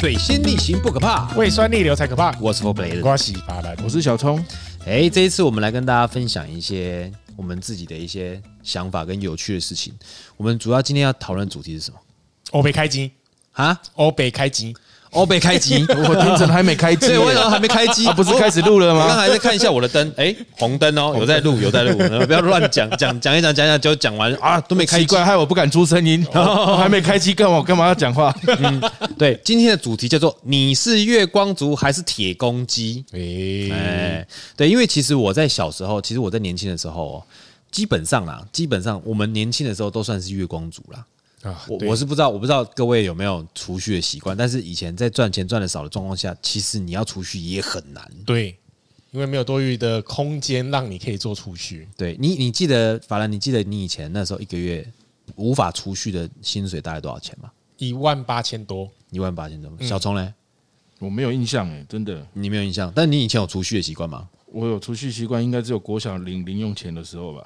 水星逆行不可怕，胃酸逆流才可怕。我是 For Blade。瓜西巴兰，我是小聪，哎，这一次我们来跟大家分享一些我们自己的一些想法跟有趣的事情。我们主要今天要讨论主题是什么？欧北开机， 啊，欧北开机，欧北开机。我听成还没开机 所以耶，为什么还没开机？啊不是开始录了我刚吗？才在看一下我的灯，哎，红灯哦，有在录，有在录， 不要乱讲，讲讲一讲，讲一讲，就讲完啊，都没开奇机。哦怪，害我不敢出 声音，我还没开机，干嘛我干嘛要讲话？对，今天的主题叫做“你是月光族还是铁公鸡”。嗯诶，哎，对，因为其实我在小时候，其实我在年轻的时候哦，基本上啦，基本上我们年轻的时候都算是月光族啦。啊我对我是不知道，我不知道各位有没有储蓄的习惯，但是以前在赚钱赚的少的状况下，其实你要储蓄也很难。对，因为没有多余的空间让你可以做储蓄，对你，你记得法兰，你记得你以前那时候一个月无法储蓄的薪水大概多少钱吗？一万八千多，一万八千多。嗯小聪嘞，我没有印象哎，真的，你没有印象，但你以前有储蓄的习惯吗？ 我有储蓄习惯，应该只有国小领零用钱的时候吧，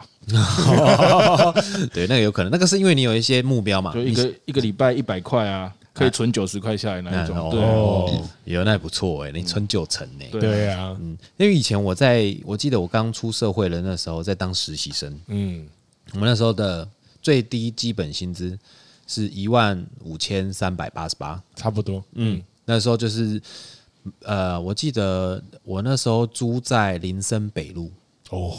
对，那个有可能，那个是因为你有一些目标嘛，就一你个一个礼拜一百块啊，可以存九十块下来那一种。对啊，哦，有那也不错哎、你存九成呢、对对啊，嗯，因为以前我在我记得我刚出社会的那时候，在当实习生，嗯，我们那时候的最低基本薪资是一万五千三百八十八，差不多，嗯，那时候就是呃，我记得我那时候租在林森北路，哦，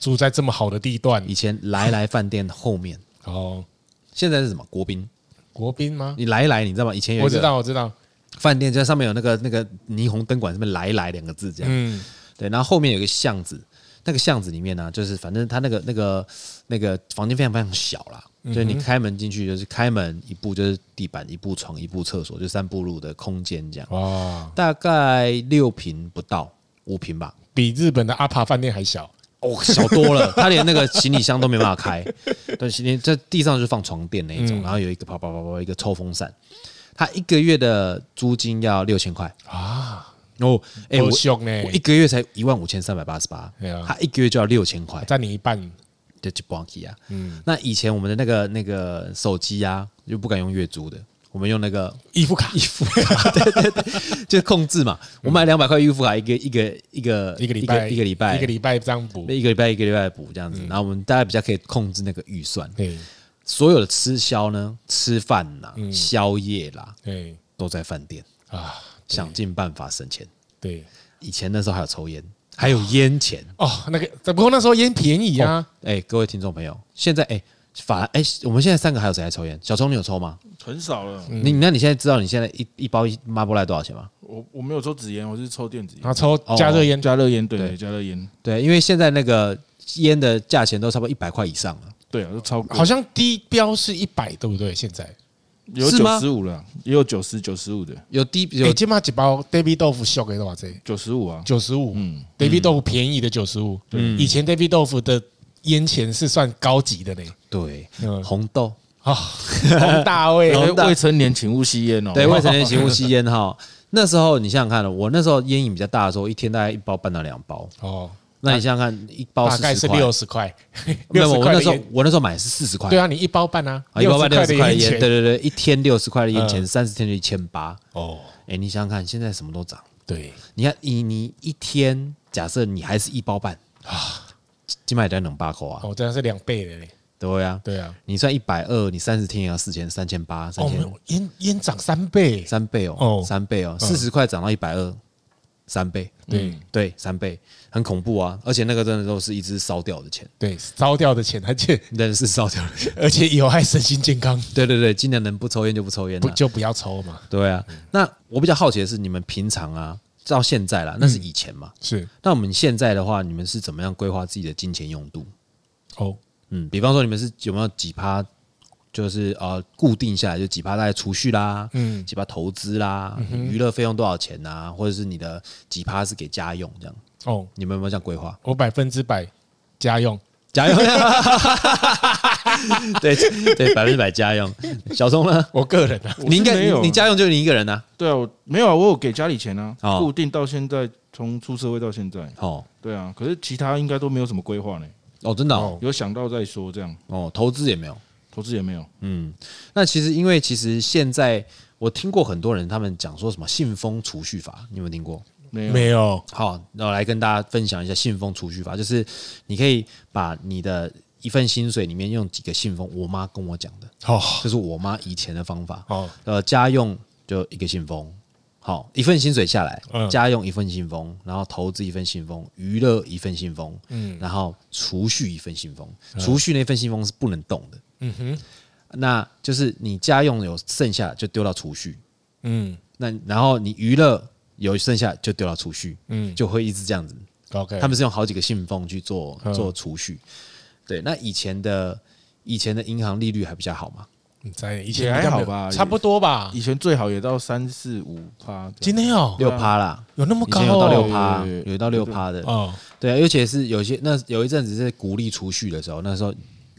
住在这么好的地段以，前来来饭店后面，哦，现在是什么国宾？国宾吗？你来来，你知道吗？以前有我一知个道，我知道，饭店，在上面有那个那个霓虹灯管，上面“来来”两个字这样，嗯，对，然后后面有一个巷子，那个巷子里面呢、就是反正它那个那个那个房间非常非常小啦，就是你开门进去就是开门一步就是地板一步床一步厕所，就三步路的空间这样，哇，大概六平不到五平吧。比日本的阿帕饭店还小，哦，小多了， 他连那个行李箱都没办法开，但行李在地上就放床垫那一种，然后有一个啪啪啪啪一个抽风扇，他一个月的租金要六千块啊，哦，哎、好我凶呢我一个月才一万五千三百八十八对啊，他一个月就要六千块，占你一半，就就不 k 啊。嗯，那以前我们的那个那个手机啊，就不敢用月租的，我们用那个 衣服卡预付卡，对对对，就控制嘛。我买两百块预付卡，一个一个一个嗯一个礼拜，一个礼拜一个礼拜嗯这样补，一个礼拜一个礼拜补这样子，然后我们大概比较可以控制那个预算。对所有的吃宵呢，吃饭啦、嗯宵夜啦，对都在饭店，啊，想尽办法省钱。对。以前那时候还有抽烟，还有烟钱。哦，那个，只不过那时候烟便宜啊，哎、各位听众朋友，现在哎、法哎、我们现在三个还有谁在抽烟？小聪，你有抽吗？很少了，你那你现在知道你现在一一包一抹布赖多少钱吗？我我没有抽纸烟，我是抽电子然烟后，抽加热烟，加热烟，对，哦对加热烟，对，因为现在那个烟的价钱都差不多一百块以上了。对啊，都超过，好像低标是一百，对不对？现在有是吗九十五了，也有九十九十五的，有低有、哎，今嘛几包 David 豆腐秀给多少钱？九十五啊，九十五嗯， ，David 豆腐便宜的九十五。以前 David 豆腐的烟钱是算高级的嘞。对、嗯红豆，啊，黄大卫， 然哎后大未成年请勿吸烟哦，对未成年请勿吸烟 哈。那时候你想想看了，我那时候烟瘾比较大的时候，一天大概一包半到两包。哦，那你想想看，一包大概40是哦块六，十块， 没有六十我块那的时候烟。我那时候买的是四十块，对啊，你一包半啊，啊，一包半六60十块的烟，钱对。对对，一天六十块的烟钱，嗯三十天就一千八。哦，哎，你想想看，现在什么都涨。对，你看，以你一天假设你还是一包半啊，起码也得两百块啊，哦，这样是两倍的嘞。对啊，对啊，你算一百二，你三十天也要四千、三千八、哦，三我们千烟烟涨三倍。三倍哦哦，三倍哦，四十块涨到一百二，三倍，对对，三倍，很恐怖啊！而且那个真的都是一只烧掉的钱，对，烧掉的钱，而且 真的是烧掉的钱。 而且有害身心健康，对对对，尽量能不抽烟就不抽烟不了。就不嗯要抽嘛。对啊，那我比较好奇的是，你们平常啊，到现在啦，那嗯是以前嘛，是那我们现在的话，你们是怎么样规划自己的金钱用度？哦，嗯，比方说你们是有没有几趴，就是呃固定下来就几趴大概储蓄啦，嗯，几趴投资啦，嗯娱乐费用多少钱啊，或者是你的几趴是给家用这样，哦，你们有没有这样规 划？我百分之百家用，家用， 对对，百分之百家用。小松呢？我个人啊，我是你应该没有你你家用就你一个人呐、对啊，我没有啊，我有给家里钱啊，哦固定到现在，从出社会到现在，哦对啊，可是其他应该都没有什么规划呢，哦，真的哦，有想到再说这样，哦投资也没有。投资也没有，嗯，那其实因为其实现在我听过很多人他们讲说什么信封储蓄法，你有没有听过？没有没有，好，那我来跟大家分享一下信封储蓄法，就是你可以把你的一份薪水里面用几个信封，我妈跟我讲的，哦这是我妈以前的方法。哦，呃，家用就一个信封，好，一份薪水下来，嗯家用一份信封，然后投资一份信封，娱乐一份信封，嗯，然后储蓄一份信封，储蓄那份信封是不能动的，嗯哼，那就是你家用有剩下就丢到储蓄，嗯那然后你娱乐有剩下就丢到储蓄，嗯就会一直这样子。 ，OK，他们是用好几个信封去做嗯做储蓄。对，那以前的以前的银行利率还比较好嘛？们嗯在以前也还比较没有好吧差不多吧。以前最好也到三四五趴。今天哦，六趴啦，有那么以高前有到六哦？趴，啊对对对有到六趴的。哦，对啊，尤其是有些那有一阵子是鼓励储蓄的时候，那时候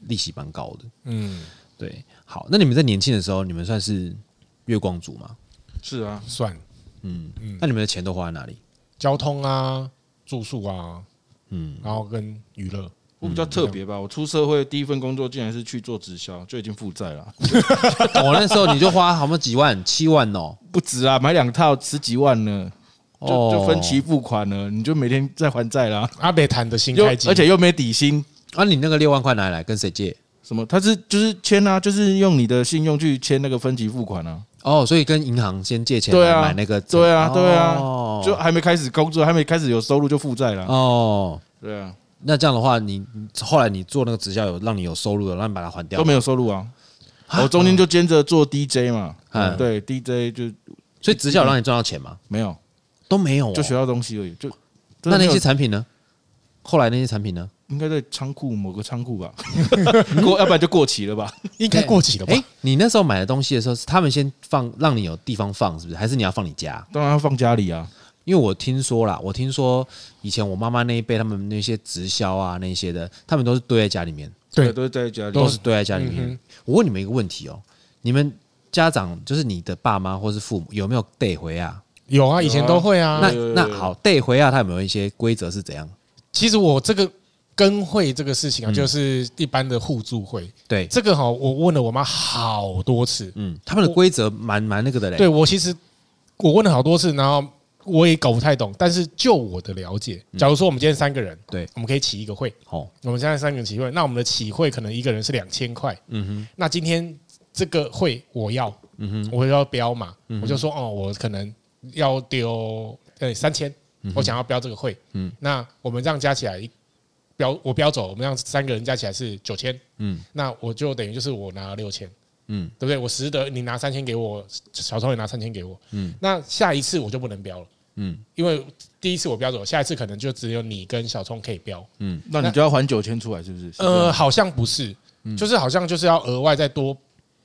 利息蛮高的。嗯，对，好，那你们在年轻的时候，你们算是月光族嘛？是啊，算嗯，那你们的钱都花在哪里？交通啊、住宿啊，嗯，然后跟娱乐，我比较特别嗯吧。我出社会第一份工作竟然是去做直销，就已经负债了，我、哦那时候你就花好像几万、 七万哦，不止啊，买两套十几万呢，就哦就分期期付款了，你就每天在还债啦。阿北谈的新又开机，而且又没底薪，啊，你那个六万块拿来跟谁借？什么？他是就是签啊，就是用你的信用去签那个分期付款啊。哦，所以跟银行先借钱对来啊买那个，对啊，对啊，哦就还没开始工作，还没开始有收入就负债了。哦，对啊，那这样的话，你你后来你做那个直销有让你有收入的，让你把它还掉都吗，没有收入啊。我中间就兼着做 DJ 嘛嗯，对 DJ 就所以直销有让你赚到钱吗？没有，都没有、哦，就学到东西而已。就真那的那没有些产品呢？后来那些产品呢？应该在仓库某个仓库吧， 过要不然就过期 了吧？应该过期了吧哎、？你那时候买的东西的时候，是他们先放让你有地方放，是不是？还是你要放你家？当然要放家里啊。因为我听说啦，我听说以前我妈妈那一辈，他们那些直销啊那些的，他们都是堆在家里嗯面，对都是在家里都。是堆在家里面。嗯我问你们一个问题哦，你们家长就是你的爸妈或是父母有没有带回啊？有啊，以前都会啊。那有有那有好，带回啊，它有没有一些规则是怎样？其实我这个跟会这个事情啊，就是一般的互助会，对，这个哈，我问了我妈好多次，嗯，他们的规则蛮蛮那个的嘞。对我其实我问了好多次，然后我也搞不太懂。但是就我的了解，嗯假如说我们今天三个人，对，我们可以起一个会，哦，我们现在三个人起会，那我们的起会可能一个人是两千块，嗯那今天这个会我要，哼，嗯哼，嗯我要标嘛，我就说哦，我可能要丢呃三千，我想要标这个会，嗯嗯，那我们这样加起来标我标走，我们让三个人加起来是九千，嗯那我就等于就是我拿了六千，嗯嗯，对不对？我实得你拿三千给我，小偷也拿三千给我，嗯嗯，那下一次我就不能标了，嗯因为第一次我标走，下一次可能就只有你跟小聪可以标，嗯，那你就要还九千出来，是不是？是这样呃，，好像不是，嗯就是好像就是要额外再多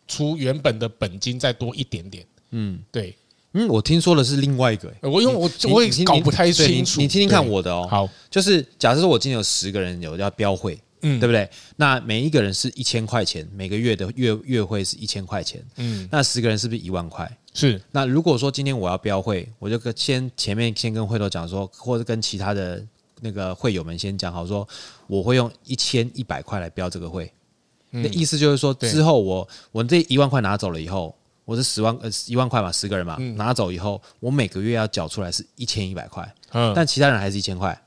出原本的本金再多一点点，嗯嗯，对。嗯，我听说的是另外一个、欸，呃我因为我你我你也听搞你不太对清楚，你你听听看对我的哦，好，就是假设说我今天有十个人有要标会。嗯对不对？那每一个人是一千块钱，每个月的月月会是一千块钱。嗯，那十个人是不是一万块？是那如果说今天我要标会，我就跟先前面先跟会头讲说，或者跟其他的那个会友们先讲好说，我会用一千一百块来标这个会。那意思就是说，嗯对之后我我这一万块拿走了以后，我这十万呃一万块嘛，十个人嘛、嗯拿走以后，我每个月要缴出来是一千一百块，嗯，但其他人还是一千块。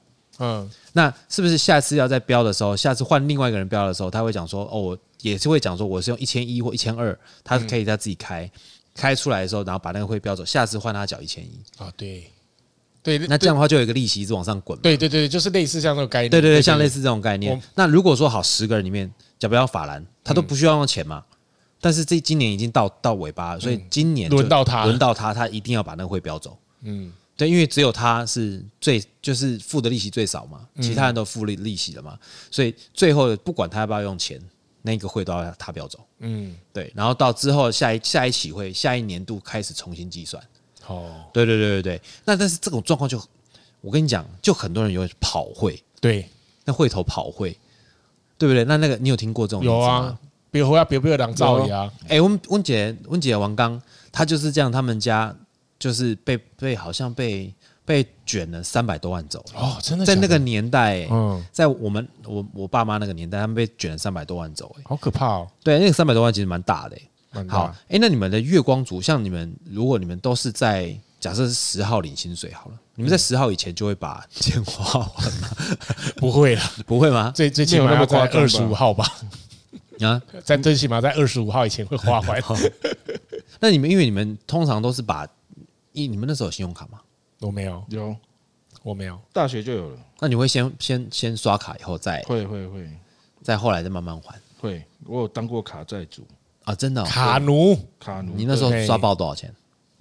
嗯那是不是下次要再标的时候，下次换另外一个人标的时候，他会讲说，哦，我也是会讲说我是用一千一或一千二，他可以他自己开、嗯开出来的时候，然后把那个会标走，下次换他缴一千一，啊，对对，那这样的话就有一个利息一直往上滚嘛。对对对，就是类似像这个概念，嗯对对对，像类似这种概念我。那如果说好十个人里面，假不要法兰，他都不需要用钱嘛。但是这今年已经到到尾巴了，所以今年就轮到他了轮到他，他一定要把那个会标走。嗯对，因为只有他是最就是付的利息最少嘛，其他人都付利利息了嘛，所以最后不管他要不要用钱，那个会都要他标走。嗯，对，然后到之后下一下一期会，下一年度开始重新计算。好，对对对对对。那但是这种状况就，我跟你讲，就很多人有跑会，对，那会头跑会，对不对？那那个你有听过这种例子有吗啊？，别回啊，别别两造也啊，哎、温温姐，温姐王刚，他就是这样，他们家就是被被好像被被卷了三百多万走了。哦，真的在那假个的年代、欸嗯，在我们我我爸妈那个年代，他们被卷了三百多万走、欸，好可怕哦，对，那个三百多万其实蛮大的、欸蛮大好，哎、那你们的月光族，像你们，如果你们都是在假设是十号领薪水好了，你们嗯在十号以前就会把 钱花完吗？不会 啦，不会吗？最最起没有码那么要在夸张吧二十五号吧，啊，在最起码在二十五号以前会花 完。那你们因为你们通常都是把一你们那时候有信用卡吗？我没有，有我没有，大学就有了，那你会先先先刷卡，以后再会会会再后来再慢慢还会，我有当过卡债主、啊？真的、哦？卡奴卡奴，你那时候对刷爆多少钱？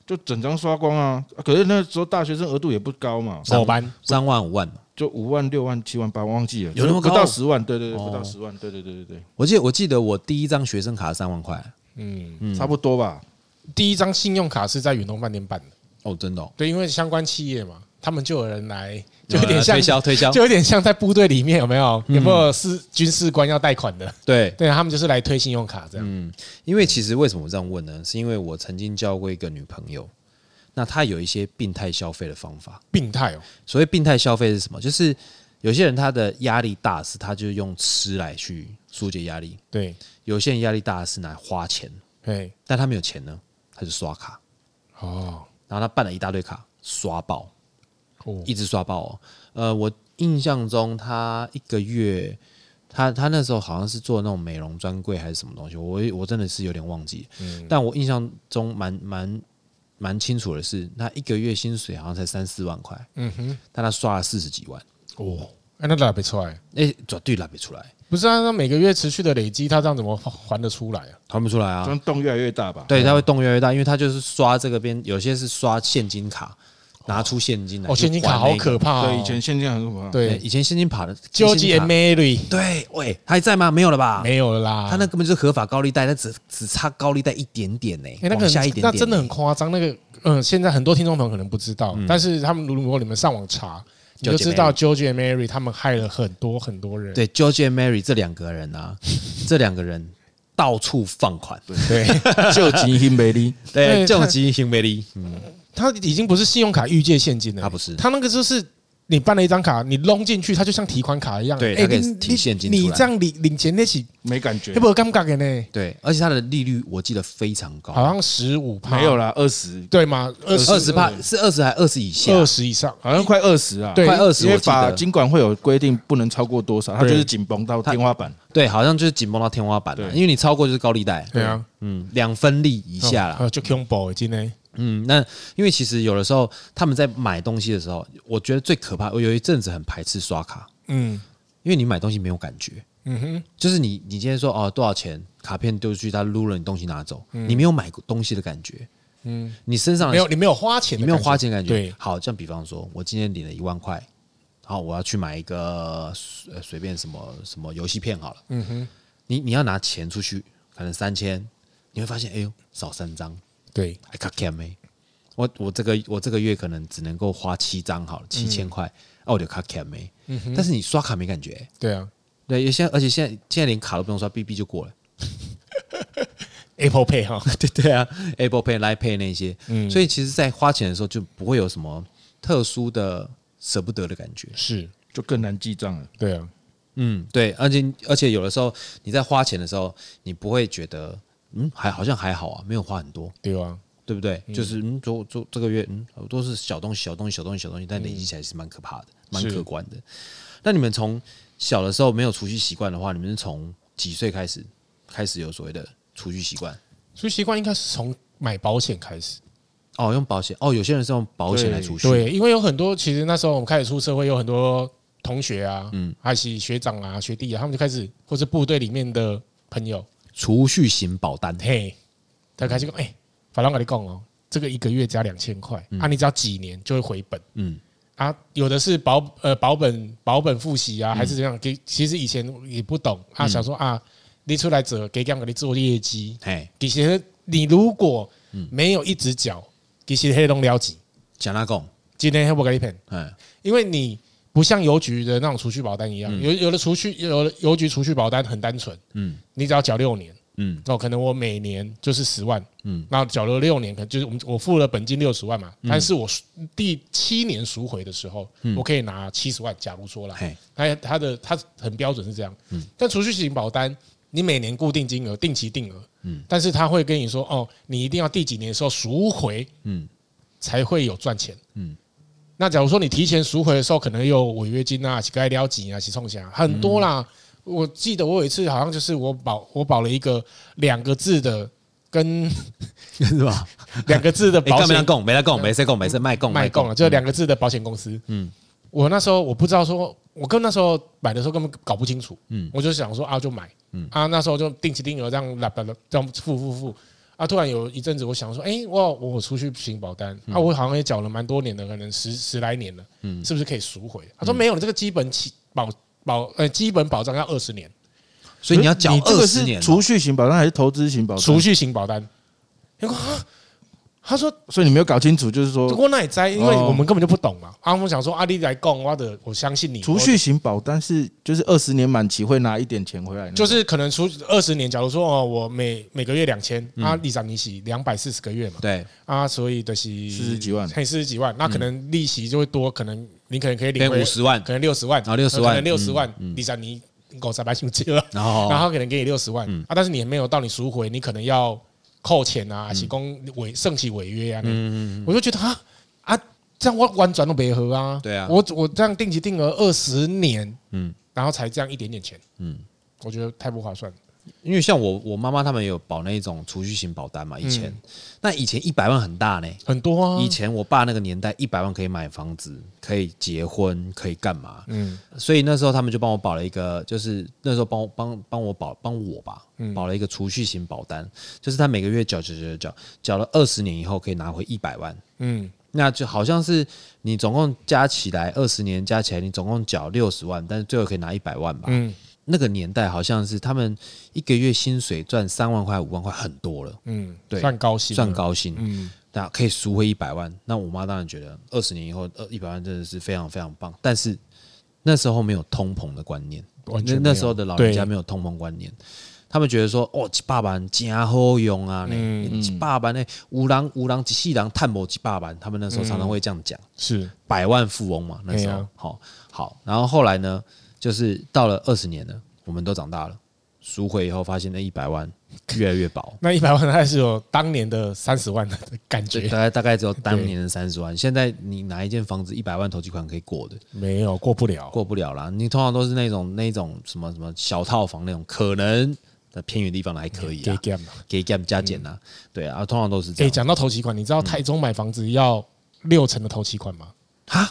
就整张刷光啊！啊可是那时候大学生额度也不高嘛，手班三万五万嘛？就五万、六万、七万、八万，忘记了，有那么不高到十万，对对对，哦不到十万，对对对对我记得我记得我第一张学生卡三万块嗯，对，差不多吧。第一张信用卡是在远东饭店办的，哦，真的、哦，对，因为相关企业嘛，他们就有人来，就有点呃像推销推嗯销，就有点像在部队里面有没有有没有士军事官要贷款的？对，对他们就是来推信用卡这样。嗯因为其实为什么我这样问呢？是因为我曾经交过一个女朋友，那她有一些病态消费的方法。病态哦，所谓病态消费是什么？就是有些人他的压力大是他就是用吃来去疏解压力，对，有些人压力大是拿来花钱，哎，但他没有钱呢，他就刷卡，哦，然后他办了一大堆卡，刷爆，哦，一直刷爆哦。呃，我印象中他一个月。他他那时候好像是做那种美容专柜还是什么东西，我我真的是有点忘记了。嗯，但我印象中蛮蛮蛮清楚的是，他一个月薪水好像才三四万块，嗯哼，但他刷了四十几万，哦，哎，那拿不出来，哎、绝对拿不出来，不是啊？那每个月持续的累积，他这样怎么还得出来啊？还不出来这啊。样洞越来越大吧？哦对，他会动越来越大，因为他就是刷这个边，有些是刷现金卡，拿出现金来。哦，现金卡好可怕。怕哦，对，以前现金很啊可怕。对，对以前现金卡的究现金竟卡 Mary 对，喂，他还在吗？没有了吧？没有了啦，他那根本就是合法高利贷，他只只差高利贷一点点呢、哎、那个往很下一点点、那真的很夸张。那个，嗯，现在很多听众朋友可能不知嗯道，但是他们如果你们上网查，你就 George 知道 George and Mary 他们害了很多很多人。对，George and Mary 这两个人 啊，这两个人到处放款，对，救急新美丽，对，对这种他基因魅力，他已经不是信用卡预借现金了，他不是他那个就是你办了一张卡，你弄进去，它就像提款卡一样，对哎它可以你你提现金出来你这样领领钱那起，没感觉要，不尴尬的呢？对，而且它的利率我记得非常高，好像十五趴，没有啦，二十，对吗？啊二二十十帕是二十还二十以下，二十以上，好像快二十啊。对快二十，因我为记法得金管会有规定，不能超过多少，它就是紧绷到天花板。对，好像就是紧绷到天花板了，对因为你超过就是高利贷，对啊，嗯，两分利以下啦，哦就 combo 今天嗯，那因为其实有的时候他们在买东西的时候，我觉得最可怕，我有一阵子很排斥刷卡，嗯因为你买东西没有感觉。嗯哼，就是你，你今天说哦多少钱，卡片丢出去，他撸了你东西拿走，你没有买过东西的感觉，嗯，你身上的嗯没有你没有花钱你的感没觉，有花钱的感觉。对，好，像比方说，我今天领了一万块，好，我要去买一个随呃随便什么什么游戏片好了，嗯哼，你你要拿钱出去，可能三千，你会发现，哎呦，少三张，对。还卡卡没？我我这个我这个月可能只能够花七张好了，七千块，哦、我就卡卡没？但是你刷卡没感觉、对啊对，有些而且现在现在连卡都不用刷，B B 就过了。 ，Apple Pay 哈，对对啊，Apple Pay、Line Pay 那些，嗯所以其实，在花钱的时候就不会有什么特殊的舍不得的感觉。是，就更难记账了。对啊，嗯，对，而且而且有的时候你在花钱的时候，你不会觉得嗯还好像还好啊，没有花很多，对啊，对不对？就是嗯，昨昨这个月嗯都是小东西、小东西、小东西、小东西，但累积起来嗯是蛮可怕的，蛮是可观的。那你们从小的时候没有储蓄习惯的话，你们是从几岁开始开始有所谓的储蓄习惯？所以习惯应该是从买保险开始。哦，用保险哦，有些人是用保险来储蓄，对，因为有很多其实那时候我们开始出社会，有很多同学啊，嗯，还是学长啊、学弟啊，他们就开始或是部队里面的朋友，储蓄型保单。嘿，他开始嗯讲，哎、法郎跟你讲哦，这个一个月加两千块，啊，你只要几年就会回本。嗯，啊，有的是保呃保本保本付息嗯啊，还是怎样？给其实以前也不懂啊，想说啊，你出来者给这样给你做业绩，嘿，其实你如果嗯没有一直缴，其实黑龙了解，讲拉贡，今天黑不给你骗，嗯，因为你不像邮局的那种储蓄保单一样，有有的储蓄有的邮局储蓄保单很单纯，嗯嗯，你只要缴六年，嗯嗯，哦，可能我每年就是十万，嗯嗯，那缴了六年，可能就是我们我付了本金六十万嘛，但是我第七年赎回的时候，我可以拿七十万，假如说啦，嘿，嗯它它的它很标准是这样，但储蓄型保单你每年固定金额、定期定额，嗯，但是他会跟你说，哦，你一定要第几年的时候赎回，嗯嗯，才会有赚钱，嗯嗯。那假如说你提前赎回的时候，可能有违约金啊、乞丐撩几啊、洗冲钱啊，很多啦。我记得我有一次好像就是我保我保了一个两个字的跟 是吧？两个 字的哎，保干没险嗯来供，没来供，没谁供，没事卖供，卖供啊了，就是两个字的保险公司。嗯嗯，我那时候我不知道说，我跟那时候买的时候根本搞不清楚。嗯嗯，我就想说啊，就买。嗯啊，那时候就定期定额这样啦啦啦这样付付付。啊，突然有一阵子，我想说，哎、我我我出去请保单、啊，我好像也缴了蛮多年的，可能十十来年了，嗯是不是可以赎回？啊他说没有，你这个基本起保保呃基本保障要二十年，所以你要缴这二个十是年哦，储蓄型保单还是投资型保单？储，蓄型保单。结果啊他说所以你没有搞清楚，就是说我那也在，因为哦我们根本就不懂嘛。啊，我们想说，阿、啊、丽来供，我的我相信你储蓄型保单是就是二十年满期会拿一点钱回来那种，就是可能出二十年，假如说哦，我每每个月两千，啊，利息利息两百四十个月嘛，对，啊，所以的是四十几万嘿，四十几万，那可能利息就会多，可能你可能可以领变回五，十万，可能六十万，啊60万可能六十万嗯嗯，利息你狗三百九十了，然后 然后可能给你六十万嗯啊，但是你没有到你赎回，你可能要扣钱啊，提供违剩起违约啊，嗯嗯嗯嗯我就觉得啊啊，这样我完全都没合啊。对啊我我这样定期定额二十年，嗯嗯，然后才这样一点点钱，嗯嗯，我觉得太不划算了。因为像我我妈妈他们也有保那一种储蓄型保单嘛，以前嗯那以前一百万很大呢，很多啊，以前我爸那个年代，一百万可以买房子，可以结婚，可以干嘛？嗯所以那时候他们就帮我保了一个，就是那时候帮我帮帮我保帮我吧，嗯保了一个储蓄型保单，就是他每个月缴缴缴缴缴了二十年以后可以拿回一百万，嗯那就好像是你总共加起来二十年加起来你总共缴六十万，但是最后可以拿一百万吧。嗯那个年代好像是他们一个月薪水赚三万块五万块很多了，嗯，对算高薪，算，高薪，嗯那可以赎回一百万。那我妈当然觉得二十年以后，呃，一百万真的是非常非常棒。但是那时候没有通膨的观念，完那全那时候的老人家对没有通膨观念，他们觉得说，哦，一百万真好用啊，呢、嗯一百万呢，五郎五郎一世人探某一百万，他们那时候常常会这样讲。是百万富翁嘛，那时对候啊，好、好，然后后来呢，就是到了二十年了，我们都长大了，赎回以后发现那一百万 越来越薄那一百万还是有当年的三十万的感对觉大，概大概只有当年的三十万，现在你拿一间房子一百万投机款可以过的，没有过不了，过不了啦。你通常都是那种那种什么什么小套房那种，可能在偏远地方的还可以给啊， g a m 嘛。给 gap 加减啊，嗯对啊，通常都是这哎，样。讲到头期款，你知道台中买房子要六成的头期款吗？ 哈，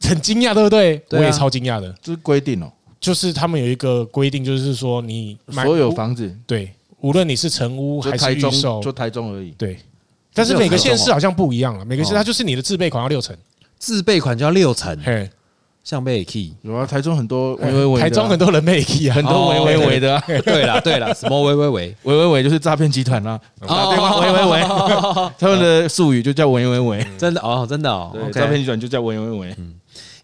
很惊讶，对不对？对我啊也超惊讶的，这是规定哦，就是他们有一个规定，就是说你买所有房子对，无论你是成屋就还台是预中售就，台中而已，对。但是只有每台个中县市好像不一样了，每个县哦它就是你的自备款要六成，自备款就要六成，嘿，像被 key。有啊，台中很多嗯微微微的啊，台中很多人被 key 啊，很多微微微的啊，哦对啦对啦，什么喂喂 喂，微微微就是诈骗集团啦，哦打电哦话喂喂喂，他们的术语就叫喂喂喂，真的哦，真的哦嗯对， ，OK 诈骗集团就叫喂喂喂，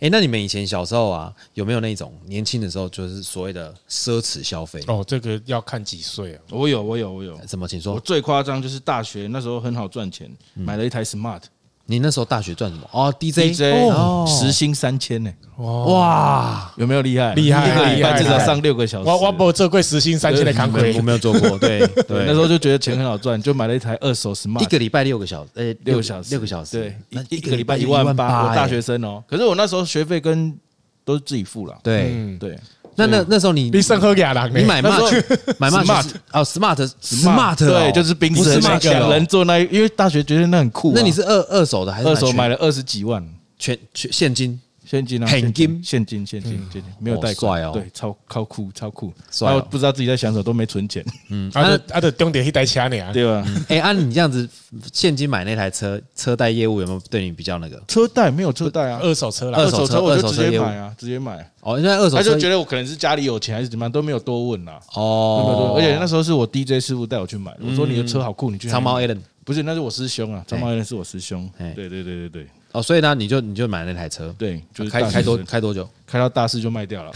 哎、那你们以前小时候啊，有没有那种年轻的时候就是所谓的奢侈消费？ 哦，这个要看几岁啊，我有我有我有，什么？请我说，最夸张就是大学那时候很好赚钱，买了一台 smart 你那时候大学赚什么？哦，DJ，, DJ，哦时薪三千呢，哦哇，哇，有没有厉害？厉害一个礼厉拜害至少上六个小时。我我不这贵时薪三千的扛没有我魁，没有做过，对 对，对，那时候就觉得钱很好赚，就买了一台二手 smart，一个礼拜六个小时，呃、六个小时，六个小时，那对，一一个礼拜一万欸八，我大学生哦。可是我那时候学费跟都是自己付了，对、嗯，对，那那那时候你你胜喝给人呢，你买那时候 March 买 March 是哦 Smart Smart 对，就是冰冰不是室 March 两哦人坐那一，因为大学觉得那很酷啊。那你是二二手的还是二手买了了二十几万全全现金？现金啊，很现金现金现金现金，没有贷哦帅款哦对，超超酷超酷，帅哦然后不知道自己在想什么，都没 存钱，嗯，嗯啊啊的啊的重点一台车呢，对吧？哎、按、你这样子现金买那台车，车贷业务有没有对你比较那个？车贷没有车贷啊，二手车啦二，二手手车车我二就手车直接业务买啊，直接买。哦，因为二手他车就觉得我可能是家里有钱还是怎么样，都没有多问啊啦。都没有哦，多嗯问而且那时候是我 DJ 师傅带我去买的，我说你的车好酷，你去哪长里毛买 Allen 不是，那是我师兄啊，张茂元是我师兄。哎对对对对对哦，所以呢，你就你就买了那台车，对，就是开大四开多生开多久？ 开到大四就卖掉了，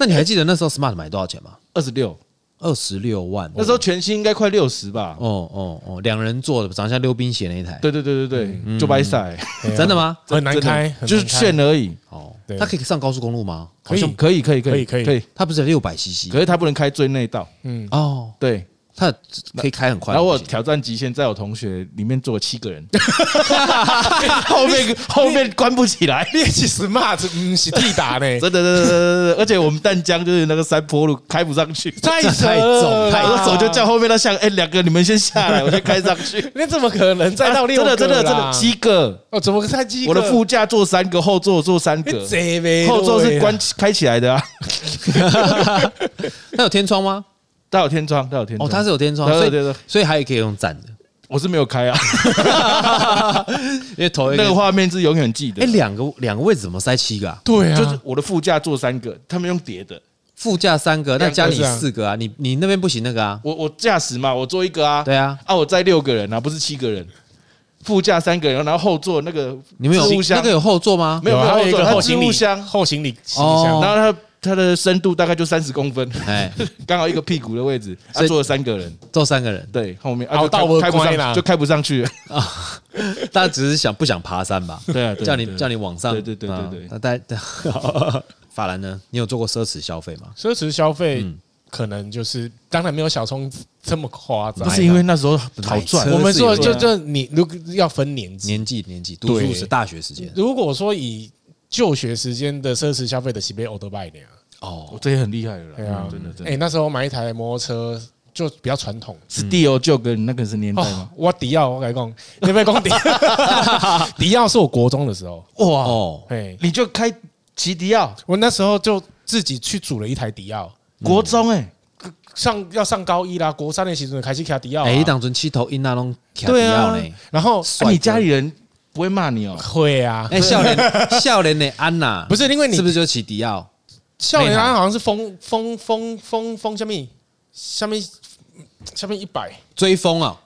那你还记得那时候 Smart 买多少钱吗？二十六，二十六万，那时候全新应该快六十吧。哦哦哦，两人坐的，长相溜冰鞋那一台，嗯对对对对对，就白晒，嘿啊真的吗？很难开，很难就是开炫而已。哦，对它可以上高速公路吗？可以好像可以可以可以可以可以可以，它不是六百 CC 可是他不能开最内道，嗯，哦，对。它可以开很快。然后我不行挑战极限，在我同学里面坐了七个人， 后面后面关不起来， 练习 smart 嗯是地打呢，真的真的真的真的，而且我们淡江就是那个山坡路开不上去， 太扯太了重啦，太我的手就 叫后面那像，哎，两个你们先下来，我先开上去。那怎么可能 再到六啊真个啦的真的真的七个，哦，怎么才七个？哎我的副驾坐三个，后座坐三个，这呗，后座是关哎起开起来的啊，它有天窗吗？它有天窗，它有天哦，窗，它是有天窗，对所对以对对，所以还可以用站的，我是没有 开啊，因为头一那个画面是永远记得哎，。两个两个位置怎么塞七个啊？对啊，就是我的副驾坐三个，他们用叠的，副驾三个，那两个加你是啊四个啊，你你那边不行那个啊，我我驾驶嘛，我坐一个啊，对啊，啊我载六个人啊，不是七个人，副驾三个人，然后后座那个你们有置物那箱个有后座吗？没有还没有一有个后后座，它置行物李箱，后行李行李哦箱，然后它它的深度大概就三十公分， 哎，刚好一个屁股的位置，所他以坐了三个人，坐三个人，对，后面啊熬就开到我开不乖啦上，就开不 上去了，大家只是想不想爬山吧？对啊，叫你叫你往上，对对对对啊对那大 家法兰呢？你有做过奢侈消费吗？奢侈消费嗯可能就是，当然没有小聪这么夸张啊不。是因为那时候好买赚车我们奢侈有说，关就就你如果要分年纪，年纪年纪，读书对时大学时间如果说以就学时间的奢侈消费的是被 o l d b y 那样，哦我，这也很厉害了啦，对啊嗯真的真的。哎，那时候买一台摩托车就比较传统。是 D O 就跟那个是年代哦吗？，我迪奥，我跟你讲，你别讲迪奥， 迪奥是我国中的时候，哇，哦，哎，你就开骑迪奥，我那时候就自己去组了一台迪奥，国中哎，上要上高一啦，国三的时候开始开迪奥啊，哎，当中七头一那拢跳对啊跳呢。然后啊帅哥你家里人不会骂 你哦？会啊，哎，笑 脸笑脸的安娜，不是因为你是不是就起迪奥？校园内安行好像是封封封封封下面下面下面一百，追风啊，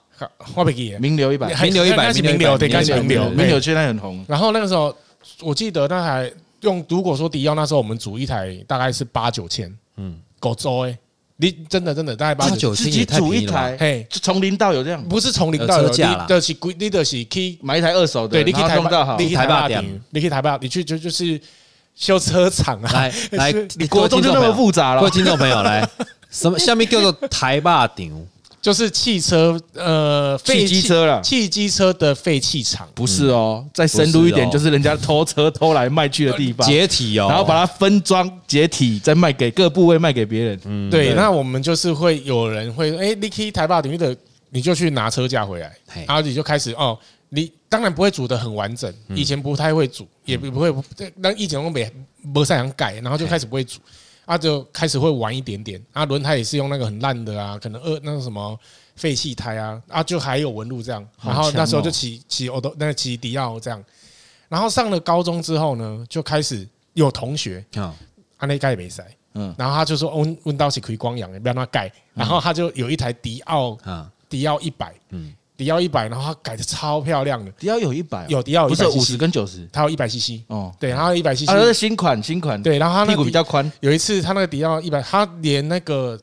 我不记得名流一百，还名流一 百那是名名流一流百名对，流该一是百名流名名流对现在很红，然后那个时候，我记得那台用如果说迪奥那时候我们组一台大概是八九千，嗯嗯，狗周哎，你真的真的大概八八九，九自千己也太组便一宜了吧。台，嘿，就从零到有这样，不是从零到有，有车架你啦的是你的是 key，买一台二手的，对，你可以然台后弄到好你。可以台台霸霸顶店，你可以台霸，你去就就是修车厂啊， 来来，你国中就那么复杂各了位，听众朋友， 来，什么下面叫做台霸顶？就是汽车呃废汽机车啦汽机车的废弃厂。不是哦，再深入一点，不是哦就是人家偷车偷来卖去的地方，解体哦，然后把它分装解体，再卖给各部位卖给别人。嗯，对，那我们就是会有人会说，哎、你可以台霸领域的，你就去拿车架回来嘿，然后你就开始哦，你当然不会煮的很完整，嗯以前不太会煮，也不不会，那以前我没没擅长改，然后就开始不会煮，啊，就开始会玩一点点，啊，轮胎也是用那个很烂的啊，可能二那个什么。废弃胎啊，啊，就还有纹路这样，然后强那时候就哦骑骑欧都那个骑迪奥这样，然后上了高中之后呢，就开始有同学啊，安内盖没塞，嗯嗯，然后他就说问问到是可以光阳的，不要让他盖，然后他就有一台迪奥啊，迪奥一百，嗯嗯，迪奥一百，然后他改的超漂亮的，迪奥有一百，哦有迪奥不是五十100 cc，跟九十他有一百 CC，哦，对，然后一百 CC，啊，这是新款新款，，对，然后他那屁个股比较宽，有一次他那个迪奥一百，他连那个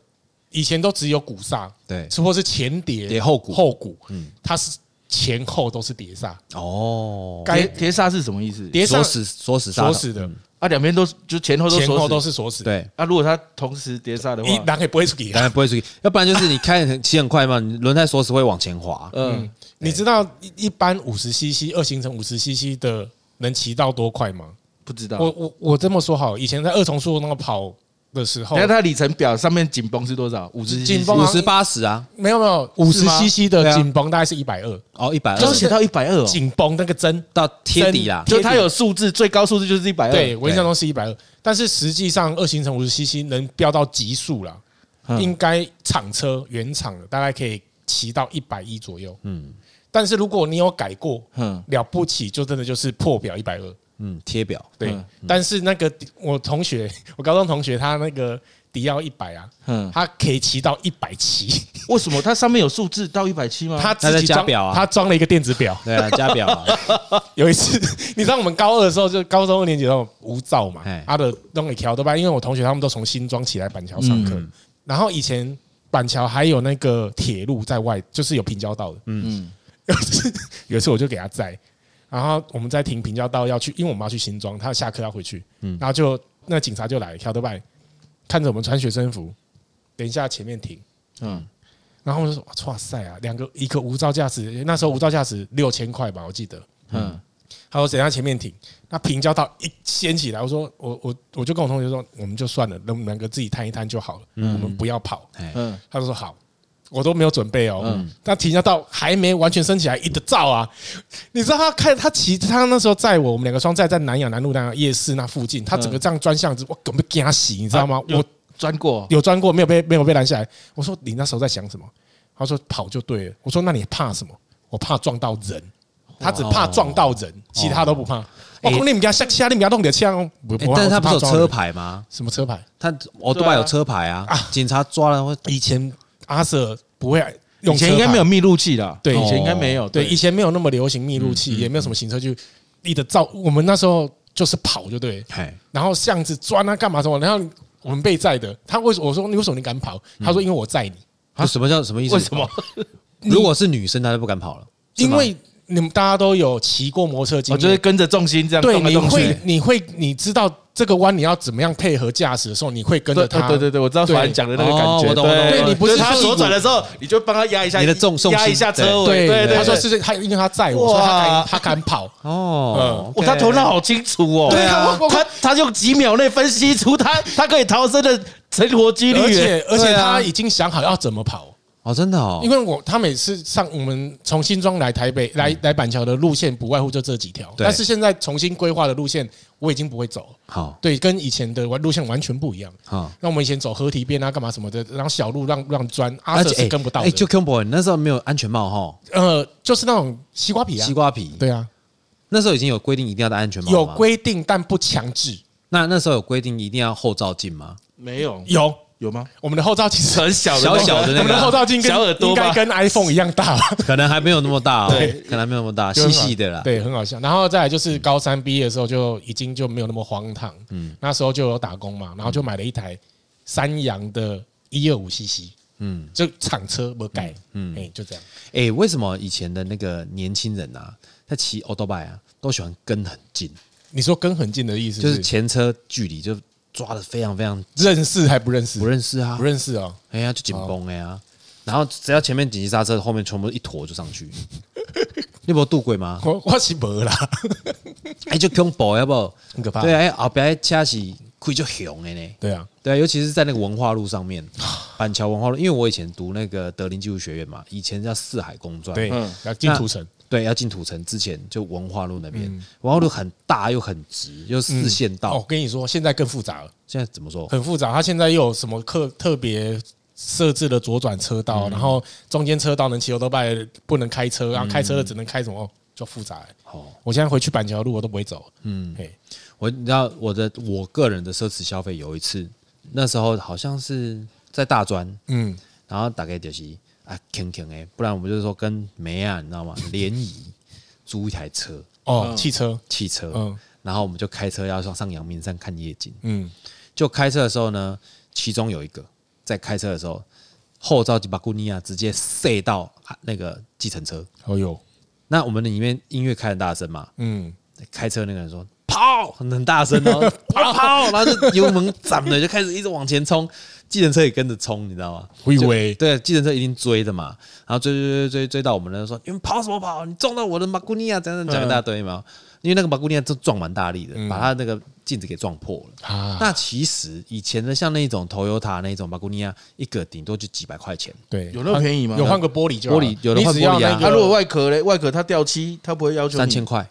以前都只有鼓刹，对，是或是前碟叠后股后鼓，嗯嗯，它是前后都是碟刹，哦，该叠叠刹是什么意思？碟刹锁死锁死刹锁的死的，啊，两边都是就前后都前后都锁死。是锁死，，对，啊，如果它同时碟刹的一话，然也不会出去啊当然不会出去， 要不然就是你开很骑很快嘛，你轮胎锁死会往前滑，嗯，你知道一一般五十 CC 二行程五十 CC 的能骑到多快吗？不知道。我哦我我这么说好，以前在二重速那个跑的时候你，看它里程表上面紧绷是多少？五十紧绷五十八十啊，没有没有五十是吗 CC 的对啊紧绷大概是一百二，哦，一百就二写到一百二，哦紧绷那个针，到贴底啦，真就它有数字，最高数字就是一百二。对我印象中是一百二，但是实际上二行程五十 CC 能飙到极速啦，嗯应该厂车原厂的大概可以骑到一百一左右，嗯但是如果你有改过，嗯，了不起就真的就是破表一百二。嗯，贴表对嗯，但是那个我同学，我高中同学，他那个迪奥一百啊，嗯，他可以骑到一百七，为什么它上面有数字到一百七吗？他那自在己加装表啊他装了一个电子表。对啊，加表 啊，有一次， 你知道我们高二的时候，就高中二年级那种无照嘛哎，他的弄给调的吧，因为我同学他们都从新庄起来板桥上课，然后以前板桥还有那 个铁路在外，就是有平交道的，嗯，有一次我就给他载，然后我们在停平交道要去，因为我们要去新庄，他下课要回去，然后就那警察就来，跳得拜，看着我们穿学生服，等一下前面停，嗯，然后我就说哇塞啊，两个一个无照驾驶，那时候无照驾驶六千块吧，我记得，嗯，他说等一下前面停，那平交道一掀起来，我说我我我就跟我同学说，我们就算了，能两个自己摊一摊就好了，我们不要跑，哎，嗯，他就说好，我都没有准备哦。但停下到还没完全升起来，一的照啊！你知道他看他骑他那时候载我，我们两个双载在南阳南路那个夜市那附近，他整个这样钻巷子，我根本给他洗，你知道吗？嗯有我钻过，有钻过，没有被没有被拦下来。我说你那时候在想什么？他说跑就对了。我说那你怕什么？我怕撞到人，他只怕撞到人，哦其他都不怕。我欸说你们家下下你们家弄点枪哦，不哎不怕但是他我不是有怕撞到车人牌吗？什么车牌？他我都对啊把有车牌啊，警察抓了会以前阿 Sir 不会用以前应该车牌没有密录器哦的，对以前应该没有，对，以嗯前没有那么流行密录器，也没有什么行车记录仪的照。我们那时候就是跑就对，嘿，然后巷子钻啊干嘛什么，然后我们被载的，他为什我说你为什么你敢跑？他说因为我载你，就什么叫什么意思？为什么？如果是女生，她就不敢跑了，是因吗为你们大家都有骑过摩托车经我哦就是验，跟着重心这样对，动来你动会去。你会你知道这个弯你要怎么样配合驾驶的时候，你会跟着对他，对对对，我知道对法兰讲的那个感哦觉，我懂我懂我懂对你不就是他屁股左转的时候，你就帮他压一下，你的重重心压一下车尾，对对，对。他说对，是他因为他载我，所以他哇敢他敢跑，嗯哦，哇，他头脑好清楚哦，对啊我他他用几秒内分析出他他可以逃生的成活几率，而且而且对啊他已经想好要怎么跑。哦，真的哦，因为我他每次上我们从新庄来台嗯北来来板桥的路线不外乎就这几条，对但是现在重新规划的路线我已经不会走了，好对，跟以前的完路线完全不一样。好。那我们以前走河堤边啊，干嘛什么的，然后小路让让钻，阿而瑟且是哎跟不到哎，的。就 Combo，你那时候没有安全帽哈，呃，就是那种西瓜皮啊西，瓜皮。对啊，那时候已经有规定一定要戴安全帽了有吗。规定但不强制。那那时候有规定一定要后照镜 吗？没有有有吗？我们的后照镜是，很小的小小的我那个们的啊后照镜跟小耳朵应吧该跟 iPhone 一样大吧。可能还没有那么大、哦，对，可能还没有那么大，细就很好细的啦。 嗯对，很好笑。然后再来就是高三毕业的时候，就已经就没有那么荒唐。嗯，那时候就有打工嘛，然后就买了一台三洋的一二五 CC，嗯嗯，就厂车没改，嗯，哎，就这样。哎、为什么以前的那个年轻人啊，他骑 o d o b i 啊，都喜欢跟很近，你说跟很近的意思就是是前车距离就抓的非常非常认识还不认识不？认识啊不，认识哦，哎呀就紧绷哎呀，然后只要前面紧急刹车，后面全部一坨就上去。 你有没有渡鬼吗？我我是没啦，哎、就恐怖要不好？很可怕。对啊，哎后边的车是开就熊的呢。对啊，对啊，尤其是在那个文化路上 面，啊板桥文化路，因为我以前读那个德林技术学院嘛，以前叫四海工专，对，嗯要进土城，对，要进土城之前就文化路那边，文化路很大又很直，又四线嗯哦道。我跟你说，现在更复杂了。现在怎么说？很复杂。它现在又有什么特特别设置的左转车嗯道，然后中间车道能骑欧多拜，不能开车，然后开车的只能开什么，哦就复杂、欸。哦，我现在回去板桥路我都不会走。嗯，嘿，我你知道我的我个人的奢侈消费有一次，那时候好像是在大专，嗯，然后大概就是啊，坑坑哎，不然我们就是说跟梅啊，你知道吗？联谊租一台车，哦，汽车，汽车，嗯然后我们就开车要上上阳明山看夜景。嗯，就开车的时候呢，其中有一个在开车的时候，后照把古尼亚直接塞到啊那个计程车。哦哟，那我们里面音乐开很大声嘛，嗯，开车那个人说跑，很大声 哦，跑跑，然后就油门涨了，就开始一直往前冲，计程车也跟着冲，你知道吗？我以为对，计程车一定追的嘛，然后追追追追追到我们了，说你们跑什么跑？你撞到我的马古尼亚，这样嗯讲一大堆嘛。因为那个马古尼亚就撞蛮大力的，把他那个镜子给撞破了。啊，那其实以前的像那种 Toyota 那种马古尼亚，一个顶多就几百块钱。对，有那么便宜吗有换个玻璃就好玻璃有的你换只要玻璃啊那他他个，如果外壳嘞，外壳他掉漆，他不会要求三你千，块，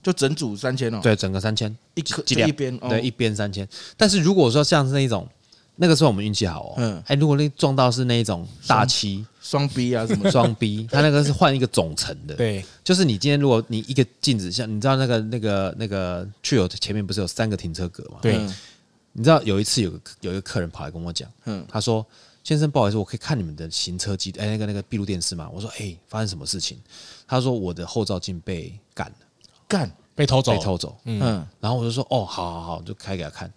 就整组三千哦。对，整个三千，一颗几就两一边哦对，一边三千。但是如果说像是那种，那个时候我们运气好哦，嗯哎，如果那撞到是那种大七 双 B 啊什么的，双 B，它那个是换一个总成的，，对，就是你今天如果你一个镜子，像你知道那个那个那个去有前面不是有三个停车格嘛，对嗯你知道有一次有个有一个客人跑来跟我讲，嗯他说：“先生，不好意思，我可以看你们的行车记哎、那个那个闭路电视吗？”我说：“哎、发生什么事情？”他说：“我的后照镜被干了，干，被偷走被，偷走。嗯，然后我就说：“哦，好好好，就开给他看。”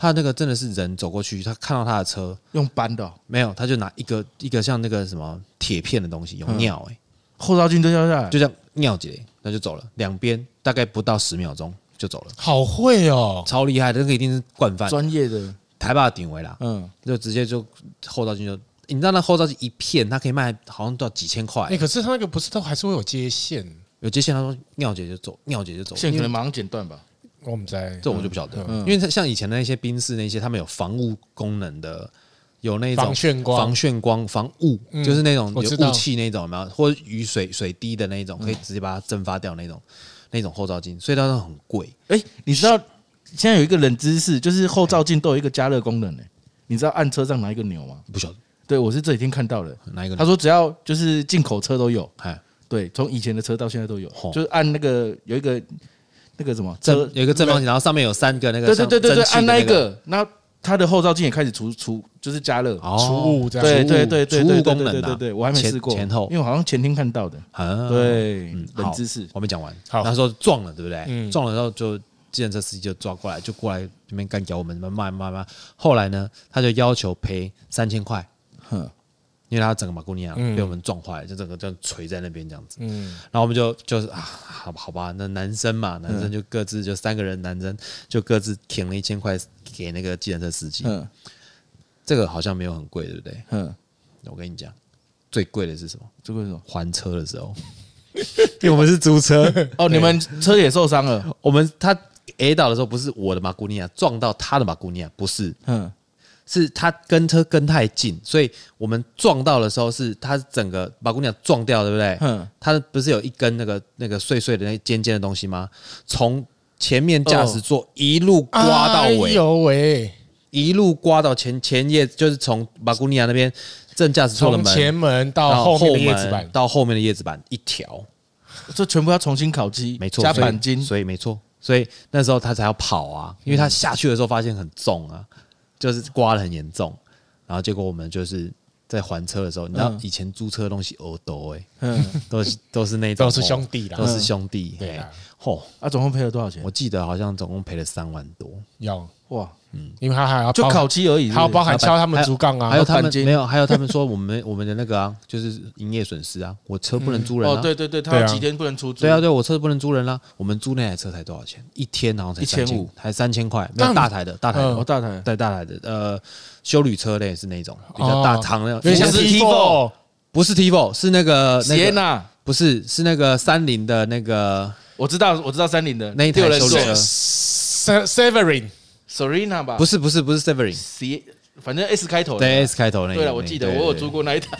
他那个真的是人走过去，他看到他的车用搬的哦没有，他就拿一个一个像那个什么铁片的东西，有尿哎、后照镜都要下来，就这样尿起来，那就走了，两边大概不到十秒钟就走了，好会哦，超厉害的，这个一定是惯犯，专业的，台霸顶围啦，嗯，就直接就后照镜就，你知道那后照镜一片，它可以卖好像到几千块哎，，可是他那个不是都还是会有接线，有接线他说尿姐就走，尿姐就走，线因可为能马上剪断吧。我们在这我就不晓得，嗯因为它像以前的那些宾士那些，他们有防雾功能的，有那种防眩光防眩光、防雾，嗯就是那种我有知道雾气那种，有没有？或者雨水水滴的那种，可以直接把它蒸发掉那种，那种后照镜，所以它都很贵。哎，你知道现在有一个冷知识，就是后照镜都有一个加热功能呢、你知道按车上哪一个钮吗？不晓得对，我是这几天看到的。哪一个他呢？说只要就是进口车都有，哎，对，从以前的车到现在都有，哦就是按那个有一个那个什么正车，有一个正方形，然后上面有三个那个对对像对对对，蒸汽的按那那一个，那它的后照镜也开始除除就是加热，哦除雾这样，除对雾对对对除对雾功能啊对对对对，我还没前试过前后因为我好像前天看到的，啊，对嗯，好冷知识，我没讲完。好他说撞了，对不对？嗯撞了之后就。计程车司机就抓过来，就过来这边干掉我们，骂骂骂骂。后来呢，他就要求赔三千块，哼，因为他整个马姑尼亚嗯被我们撞坏了，就整个这样垂在那边这样子。嗯，然后我们就就是啊，好吧好吧，那男生嘛，男生就各自就三个人，男生就各自舔了一千块给那个计程车司机。嗯哼这个好像没有很贵，对不对？哼，我跟你讲，最贵的是什么？这个是什么？还车的时候， 因为我们是租车，哦，你们车也受伤了，我们他 A 到的时候不是我的马古尼亚撞到他的马古尼亚，不是，哼，是他跟车跟太近，所以我们撞到的时候是他整个马古尼亚撞掉，对不对？嗯它不是有一根那个那个碎碎的那尖尖的东西吗？从前面驾驶座一路刮到哎尾，呦喂，一路刮到前前叶，就是从马古尼亚那边正驾驶座的从门前门到后后面的门叶子板，到后面的叶子板一条，这全部要重新烤漆，没错，加所以钣金，所以没错，所以那时候他才要跑啊，因为他下去的时候发现很重啊，就是刮的很严重，然后结果我们就是在还车的时候，你知道嗯以前租车的东西欧斗哎，嗯，都是 都是那种哦都是兄弟啦啊都是兄弟，对嘿啦，吼，啊，总共赔了多少钱我？记得好像总共赔了三万多，有，哇，因为他还要就包烤漆而已，还要包含敲他们竹杠还有啊，他钣们金没有，还有他们说我们我们的那个啊，就是营业损失啊，我车不能租是不人是啊，哦，对对对，他对有啊几天不能出租，对啊，，对我车不能租人啦、我们租那台车才多少钱？一天好像才1500 3000才三千块，没有那大台的，大台的，哦，大台，对啊大台的，呃，修旅车类是那种比哦较大长的，有点像不是 T four，不是 Tivo，是那个呃那谢个娜，不是是那个三菱的那个我知道我知道山林的那一台六人修理车座 Severin， ，Serena 吧，不是是不是不是 Severin，斜，反正 S 开头的，对 S 开头那个啊对了，啊我记得那个我有对租过那一台，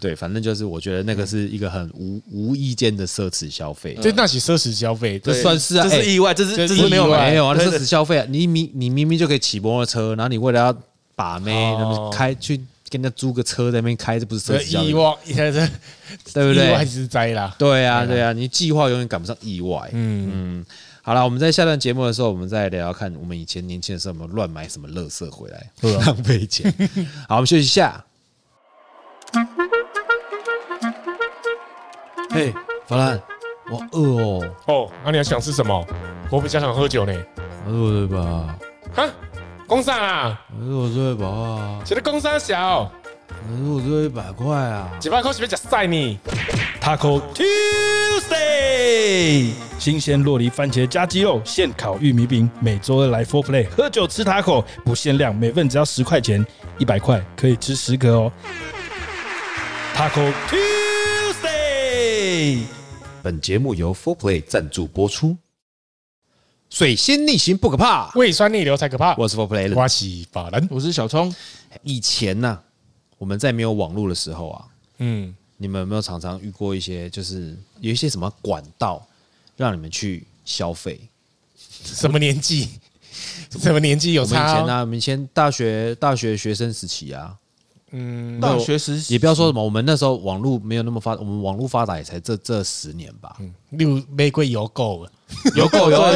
对，反正就是我觉得那个是一个很无无意间的奢侈消费，这那起奢侈消费，这对，算是啊，这哎是意外，这是这是嗯这是没有意外买没有啊，那奢对侈消费啊！你明你明明就可以骑摩托车，然后你为了要把妹，哦那么开去跟人家租个车在那边开，这不是奢这侈消意费，外， 一下子对不意外对？之灾啦，对啊，对啊，你计划永远赶不上意外。嗯，好了，我们在下段节目的时候，我们再聊聊看我们以前年轻的时候有没有乱买什么垃圾回来，浪费 钱。好，我们休息一下。嘿，法兰，我饿哦，哦，那你还想吃什么？我比较想喝酒呢，我说对吧？哈，工上啊，我说我对吧？啊，觉得工商小，我说我对一百块啊。几百块是不是假晒你？ Taco Tuesday，新鲜洛梨番茄加鸡肉，现烤玉米饼，每周二来 Four Play 喝酒吃 taco，不限量，每份只要十块钱，一百块可以吃十个哦。Taco Tuesday，本节目由 Four Play 赞助播出。水星逆行不可怕，胃酸逆流才可怕。我是 Four Play 的。我是法兰，我是小聪，以前呢、我们在没有网络的时候啊，嗯，你们有没有常常遇过一些，就是有一些什么管道让你们去消费？什么年纪？什么年纪有我们以差前啊哦？呢、我们以前大学大学学生时期啊，嗯，大学时期也不要说什么，我们那时候网络没有那么发，我们网络发达也才这这十年吧。六玫瑰油够了，有够有够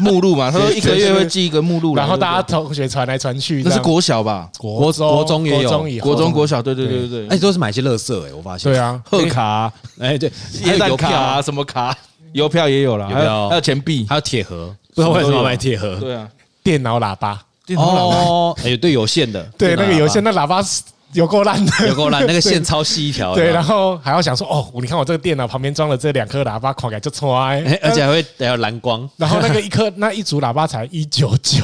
目录嘛，他说一个月会寄一个目录来，然后大家对同学传来传去，不对那这是样国小吧，国国中国中也有国中以后国中国小，对对对对哎、对，都是买一些垃圾哎、我发现。对，啊，贺卡啊、哎、对，还椰有蛋邮票卡啊，，什么卡，邮票也有啦，邮还票有还有钱币，还有铁盒，不知道为什么要买铁盒。对啊，电脑喇叭，电脑喇叭哦，哎、对，有线的，对，真的那个有喇叭线，那喇叭是有够烂的， 有 够烂，那个线超细一条，对，然后后还要想说，哦，你看我这个电脑旁边装了这两颗喇叭，狂改就错哎，而且还会还有蓝光，然后那个一颗 那一组喇叭才一九九，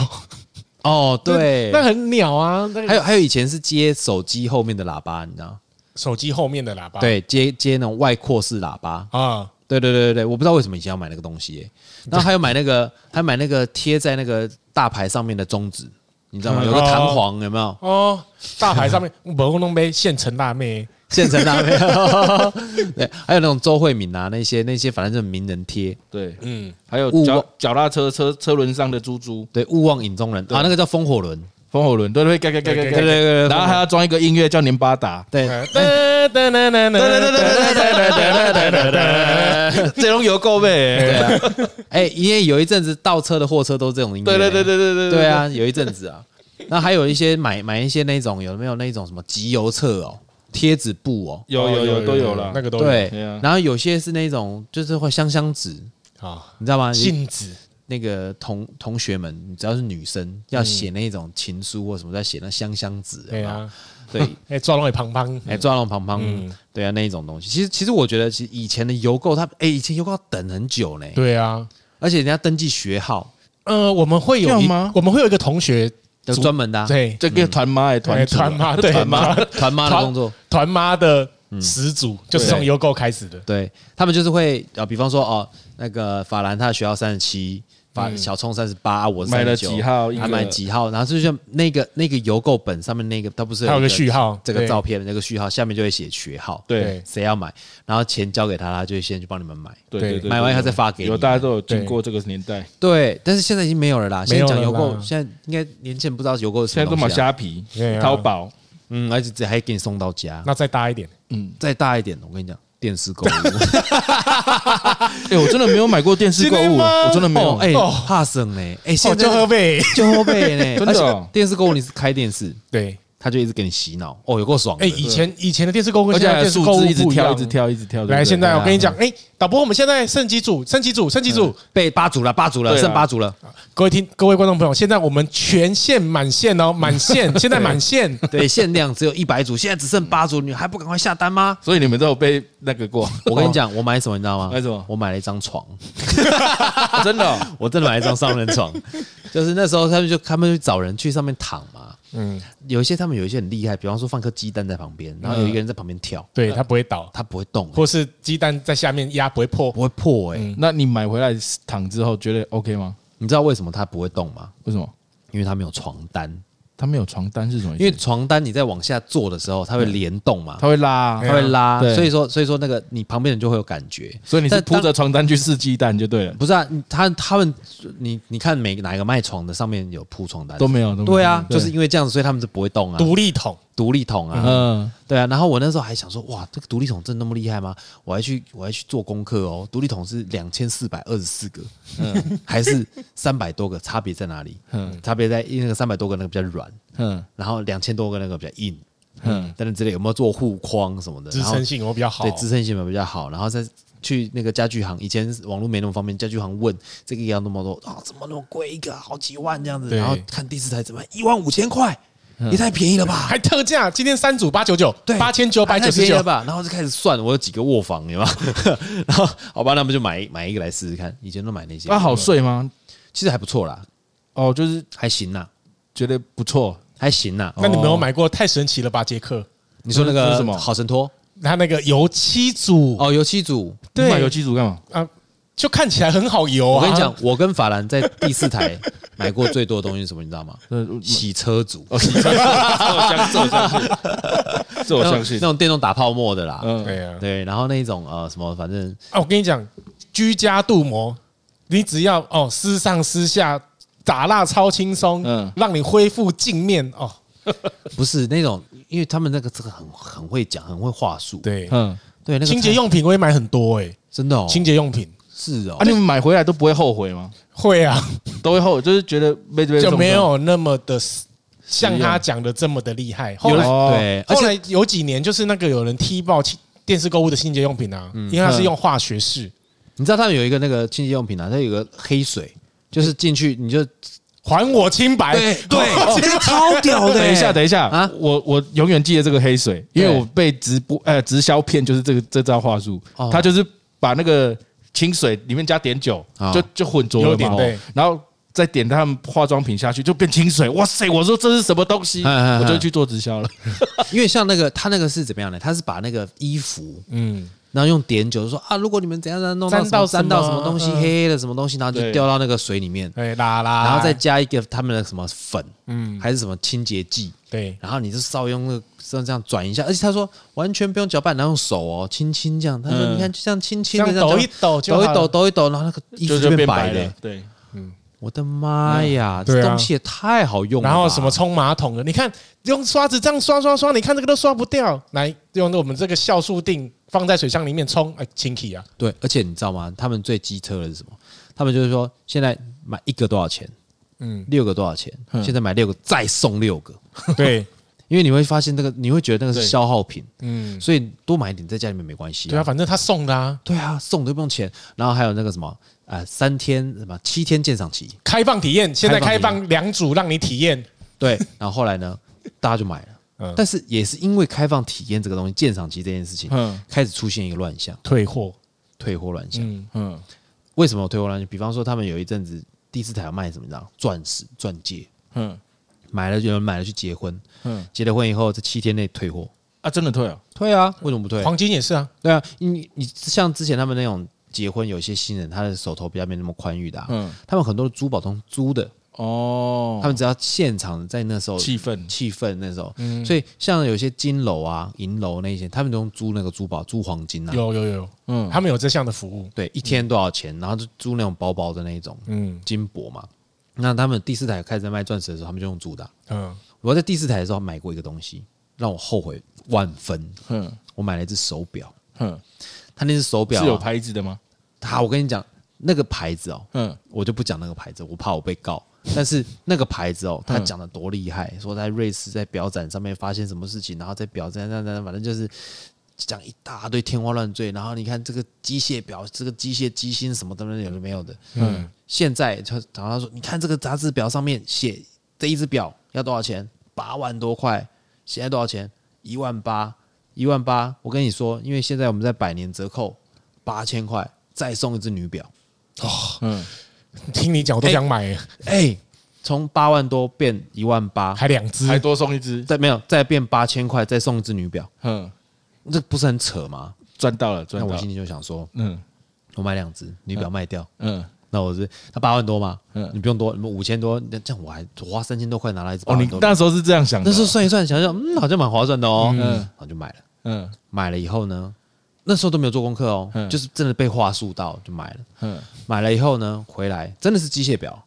哦，对，那很鸟啊，那还有有还有以前是接手机后面的喇叭，你知道？手机后面的喇叭，对，接接那种外扩式喇叭，啊，对对对对对，我不知道为什么以前要买那个东西、欸，然后还有买那个，还买那个贴在那个大牌上面的中指，你知道吗？嗯有个弹簧，有没有？哦，大牌 上面某弄杯现成辣妹，现成大没 有？对，还有那种周慧敏啊，那些那些，反正就是名人贴，对，嗯，还有勿脚忘脚踏车车车轮上的猪猪对，勿忘影中人啊，那个叫风火轮，风火轮，对对对，盖盖盖对盖对盖，对，然后还要装一个音乐叫年巴达，对呃哒哒哒哒哒哒哒哒哒哒哒，这种有够呗，对啊，哎，因为有一阵子倒车的货车都这种音乐，对对对对对对对，啊，有一阵子啊，那还有一些买买一些那种有没有那种什么集邮册哦，贴纸布哦，有有有都有了那，个都有对对啊，然后有些是那种就是会香香纸，啊，你知道吗？镜子那个同同学们，你只要是女生，要写那种情书或什么，在写那香香纸，嗯对啊，有没 有，哎，抓龙也胖胖，对，哎，抓龙旁旁，嗯对啊，那一种东西。其实其实我觉得，其实以前的邮购，它哎，以前邮购要等很久呢，对啊，而且人家登记学号呃，我们会有要一吗我们会有一个同学，有组专门的啊对，这个团妈也哎团主啊团妈对团妈，团妈的团工作，团妈的始祖就是从邮购开始的，对他们就是会啊，比方说哦，那个法兰他的学校三十七，法小冲三十八，啊我买了39几号一个还买几号，然后就像那个那个邮购本上面那个，它不是还有一个序号，这个对照片那个序号下面就会写学号，对谁要买，然后钱交给他，他就会先去帮你们买。对对对对，买完以后他再发给你有大家都有经过这个年代，对，但是现在已经没有了啦。没现有在了讲邮购啦，现在应该年轻人不知道邮购是什现么在都买东西啊虾皮对、啊淘宝，嗯，而且这还给你送到家。那再大一点，再大一点，我跟你讲，电视购物，哎，我真的没有买过电视购今天物，吗我真的没哦有，，哎哦，怕省呢，哎，哦，现在就喝杯， 就后背呢， 真的而哦且电视购物你是开电视，对，他就一直给你洗脑，哦，有够爽的。哎，以前以前的电视购物，而跟且现在还有电视数购物字一直不跳，样一直。跳，一直跳。对不对来，现在我跟你讲对，啊哎，导播，我们现在剩几组？剩几组？剩几组？被八组了，八组了，对啦啊剩八组 了，各位听，各位观众朋友，现在我们全线满线 哦，满线，现在满线，对，限量只有一百组，现在只剩八组，你还不赶快下单 吗？啊所以你们都有被那个过，我跟你讲，我买什么你知道吗？买什么我买了一张床，真的 哦， 我真的买了一张双人 床，就是那时候他们就他们就找人去上面躺嘛，嗯，有一些他们有一些很厉害，比方说放颗鸡蛋在旁嗯边，然后有一个人在旁边跳，对，它不会倒，他不会动、欸或是鸡蛋在下面压不会破不，会破哎、那你买回来躺之后觉得 OK 吗？你知道为什么他不会动吗？为什么？因为他没有床单，它没有床单是什么意思？因为床单你在往下坐的时候，它会联动嘛，它会拉啊，它会拉，对所以说所以说那个你旁边人就会有感觉，所以你是但铺着床单去试鸡蛋就对了，不是啊？你他他们你你看每哪个卖床的上面有铺床单都没有。都没有对啊，就是因为这样子，所以他们是不会动啊，独立桶，独立桶啊，嗯，对啊，然后我那时候还想说，哇，这个独立桶真的那么厉害吗？我还去我还去做功课哦，独立桶是两千四百二十四个，嗯，还是三百多个，差别在哪里？嗯，差别在因为那个三百多个那个比较软，嗯然后两千多个那个比较硬，嗯，但是之类有没有做护框什么的，支然后撑性我比较好对，支撑性比较好，然后再。去那个家具行，以前网络没那么方便，家具行问这个要那么多啊、怎么那么贵一个，好几万这样子，对然后看第四台怎么一万五千块，也太便宜了吧？哎还特价，今天三组八九九，对，八千九百九太十便宜了九，吧？然后就开始算我有几个卧房，有吗？ 然后好吧，那我们就买买一个来试试看。以前都买那些，那啊好睡吗？其实还不错啦，哦，就是还行啦，觉得不错，还行啦。那你们有买过太神奇了吧，杰克？你说那这个是什么好神托它那个油漆组，哦，油漆组，你买对油漆组干嘛？啊，就看起来很好油啊。我跟你讲，，我跟法兰在第四台买过最多的东西是什么，你知道吗？ 呃，洗车组，哦，洗车，这我相信，这我那种相信，那种电动打泡沫的啦，嗯，对啊，对，然后那一种呃什么，反正啊，我跟你讲，居家镀膜，你只要哦，撕上撕下打蜡超轻松，嗯嗯，让你恢复镜面哦。不是那种，因为他们那个这个很很会讲，很会话术，对，嗯，对，那个清洁菜用品我也买很多哎，真的哦，清洁用品是哦啊，，你们买回来都不会后悔吗？会啊，都会后悔，就是觉得被被就没有那么的像他讲的这么的厉害。后来哦对，而后且来有几年就是那个有人踢爆清电视购物的清洁用品啊，嗯因为它是用化学式，你知道他们有一个那个清洁用品啊，它有一个黑水，就是进去你就还我清白， 对对还我清白超屌的、等一下，等一下啊啊！我我永远记得这个黑水，因为对我被直播呃直销骗，就是这个这招话术哦，他就是把那个清水里面加点酒啊，就就混浊了有点嘛哦对，然后再点他们化妆品下去，就变清水。嗯哇塞！我说这是什么东西？哎哎哎我就去做直销了。因为像那个他那个是怎么样的？他是把那个衣服，嗯，然后用碘酒说啊，如果你们怎样怎样弄到沾到什么沾到什什么么东西黑嗯黑的什么东西，然后就对掉到那个水里面， 对啦啦，然后再加一个他们的什么粉，嗯嗯，还是什么清洁剂，对，然后你就稍微用那个这样这样转一下，而且他说完全不用搅拌，然后用手哦轻轻这样，他说嗯你看就这样轻轻这的样抖一抖就抖一好抖 了抖一抖，然后那个衣服就变变白了的，，对，我的妈呀，对这啊东西也太好用了吧，然后什么冲马桶的，你看用刷子这样刷刷刷，你看这个都刷不掉，来用我们这个酵素锭放在水箱里面冲，哎，清洗啊，对，而且你知道吗？他们最机车的是什么？他们就是说，现在买一个多少钱？嗯，六个多少钱？现在买六个再送六个，对，因为你会发现那个，你会觉得那个是对消耗品， 嗯，所以多买一点在家里面没关系、对啊，反正他送的啊，对啊，送都不用钱。然后还有那个什么，呃，三天什么七天鉴赏期，开放体验，现在开开放体放两组让你体验， 对。然后后来呢，大家就买了，嗯但是也是因为开放体验这个东西，鉴赏期这件事情，嗯开始出现一个乱象，退货，退货乱象。嗯，嗯，为什么有退货乱象？比方说，他们有一阵子第四台有卖什么，你知道，钻石、钻戒，嗯买了有人买了去结婚，嗯结了婚以后这七天内退货，啊，真的退了，退啊？为什么不退？黄金也是啊，对啊，你你像之前他们那种结婚，有一些新人他的手头比较没那么宽裕的、啊，嗯他们很多珠宝都租的，哦，他们只要现场在那时候气氛嗯气氛那时候，所以像有些金楼啊、银楼那些，他们都用租那个珠宝，租黄金啊，有有有，嗯他们有这项的服务，对，一天多少钱，然后就租那种薄薄的那一种嗯金箔嘛。那他们第四台开始在卖钻石的时候，他们就用租的啊、嗯，我在第四台的时候买过一个东西，让我后悔万分。嗯我买了一只手表，嗯，他那只手表、是有啊，牌子的吗？他我跟你讲那个牌子哦，嗯我就不讲那个牌子，我怕我被告。但是那个牌子哦，他讲的多厉害，说在瑞士在表展上面发现什么事情，然后在表展上反正就是讲一大堆天花乱坠。然后你看这个机械表，这个机械机芯什么等等有的没有的。嗯，现在他然后他说，你看这个杂志表上面写这一只表要多少钱？八万多块，现在多少钱？一万八，一万八。我跟你说，因为现在我们在百年折扣，八千块再送一只女表。嗯，听你讲我都想买，哎、从八万多变一万八，还两只，还多送一只，再没有再变八千块，再送一只女表，嗯，这不是很扯吗？赚到了，赚那到我了心，里就想说，嗯我买两只女表卖掉，嗯。那我是他八万多嘛，嗯你不用多，你们五千多，那这样我还我花三千多块拿来一只哦， 8你万多的，那时候是这样想的那哦，时候算一算，想想嗯，好像蛮划算的哦，嗯然后就买了。嗯买了以后呢，那时候都没有做功课哦，嗯就是真的被话术到就买了。嗯买了以后呢，回来真的是机械表，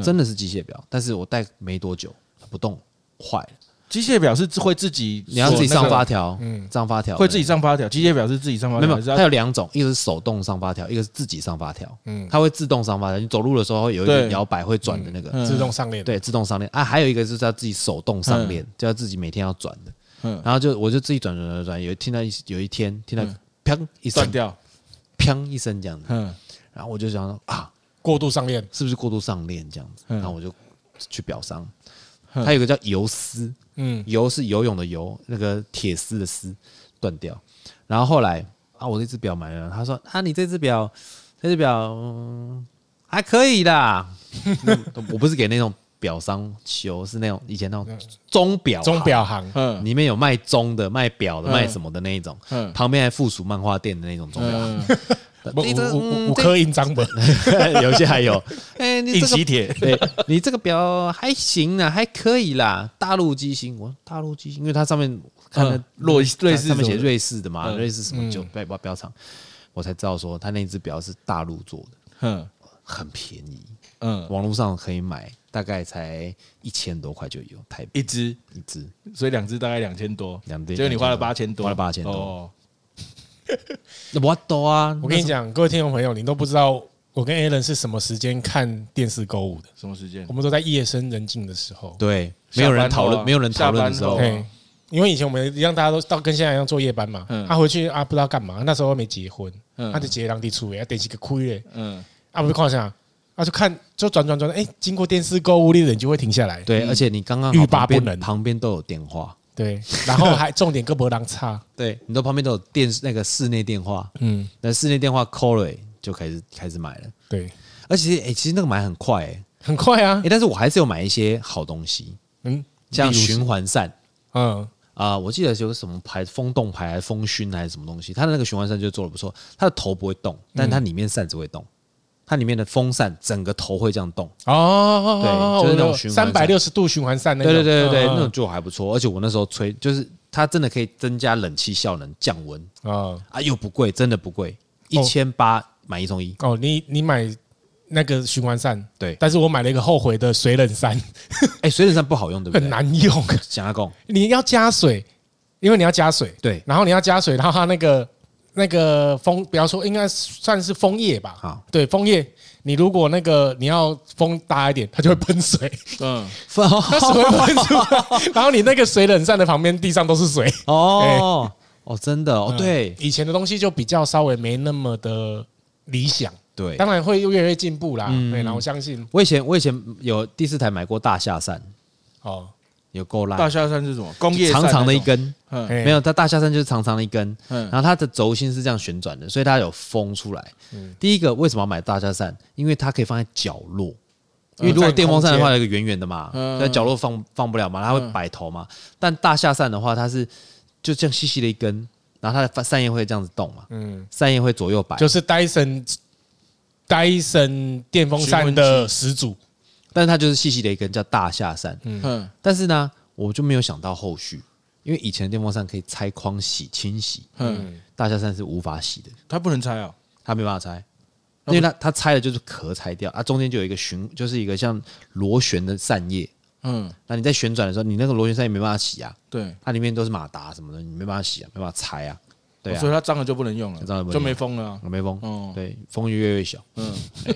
真的是机械表，但是我戴没多久它不动坏了。机械表是会自己你要自己做那上个发条，嗯嗯，上发条会自己上发条，机械表是自己上发没条，有，没还是有要它有两种，一个是手动上发条，一个是自己上发条，嗯嗯，它会自动上发条，你走路的时候会有一点对摇摆会转的那个，嗯自动上链，对，自动上链啊，还有一个就是要自己手动上链，就要自己每天要转的，嗯然后就我就自己转转转转，有听到一有一天听到砰一声断，掉，砰一声这样子，嗯然后我就想说啊，过度上链，是不是过度上链这样子？嗯然后我就去表商，它有一个叫游丝，嗯，游是游泳的游，那个铁丝的丝断掉。然后后来啊，我这只表买了，他说啊，你这只表，这只表、嗯还可以啦。 嗯我不是给那种表商修，是那种以前那种钟表行，钟表行，嗯里面有卖钟的、卖表的、嗯卖什么的那一种，嗯旁边还附属漫画店的那种钟表。嗯，不这个五五嗯五五颗印章本， 有些还 有，哎、你 这个 铁，对你这个表还行啦，还可以啦。大陆机芯，我大陆机芯，因为它上面看的嗯洛瑞士上面写什么的瑞士的嘛，嗯瑞士什么酒标标标厂，我才知道说它那只表是大陆做的，嗯很便宜，嗯，网络上可以买，大概才一千多块就有台币一只，一只，所以两只大概两千多，两只结果你花了八千多，花了8000多哦，我多啊！我跟你讲，各位听众朋友，你都不知道我跟 Alan 是什么时间看电视购物的，什么时间我？们都在夜深人静的时那时候候，对，没有人讨下班后啊论，没有人讨论的时下候班后，啊对，因为以前我们一样，大家都到跟现在一样做夜班嘛，嗯啊回去啊不知道干嘛，那时候还没结婚，啊嗯他就结当地出，要点几个亏嘞，嗯啊不是看啥，啊，就看就转转转，哎，经过电视购物力的你就会停下来，对，嗯而且你刚刚欲好罢旁边不能旁边都有电话，对，然后还重点跟博狼差，对，你都旁边都有电那个室内电话，嗯，那室内电话 call 了、就开始开始买了，对，而且哎、其实那个买很快哎、欸很快啊，但是我还是有买一些好东西，嗯像例如是循环扇嗯，啊、我记得有个什么牌风洞牌还是风熏还是什么东西，它的那个循环扇就做的不错，它的头不会动，嗯但它里面扇子会动，它里面的风扇整个头会这样动，哦，对就是那种循环三扇百六十度循环扇那种，对对对对对，嗯那种就还不错，而且我那时候吹就是它真的可以增加冷气效能降温。嗯啊，又不贵，真的不贵，一千八买一送一。哦，你你买那个循环扇，对，但是我买了一个后悔的水冷扇，哎，水冷扇不好用，对不很对？难用，想要 供，你要加水，因为你要加水，对，然后你要加水，然后它那个那个枫，比方说应该算是枫叶吧，好，对，枫叶，你如果那个你要风大一点，它就会 喷水，嗯，它水会喷出来，然后你那个水冷扇的旁边地上都是水。 哦哎哦，真的嗯哦，对以前的东西就比较稍微没那么的理想，对。当然会越来越进步啦。嗯对，然后我相信我以前我以前有第四台买过大下扇，哦，有够大烂，下山是什么？工业啊长长的一，根，嗯没没有它大下扇就是长长的一根，嗯然后它的轴心是这样旋转的，所以它有风出来。嗯第一个为什么要买大下扇？因为它可以放在角落。因为如果电风扇的话，有一个圆圆的嘛，嗯在角落放放不了嘛，它会摆头嘛。但大下扇的话，它是就这样细细的一根，然后它的扇叶会这样子动嘛，嗯，扇叶会左右摆，就是戴森戴森电风扇的始祖，但是它就是细细的一根，叫大下扇。嗯，但是呢，我就没有想到后续，因为以前的电风扇可以拆框洗清洗，嗯，大下扇是无法洗的，他不能拆哦，它没办法拆。因为它它拆了就是壳拆掉，啊，中间就有一个循，就是一个像螺旋的扇叶，嗯，那你在旋转的时候，你那个螺旋扇叶没办法洗啊，对，它里面都是马达什么的，你没办法洗啊，没办法拆啊。对啊，哦所以他脏了就不能用脏了不能用了，就没风了啊，没风，哦对，风越越越小。嗯，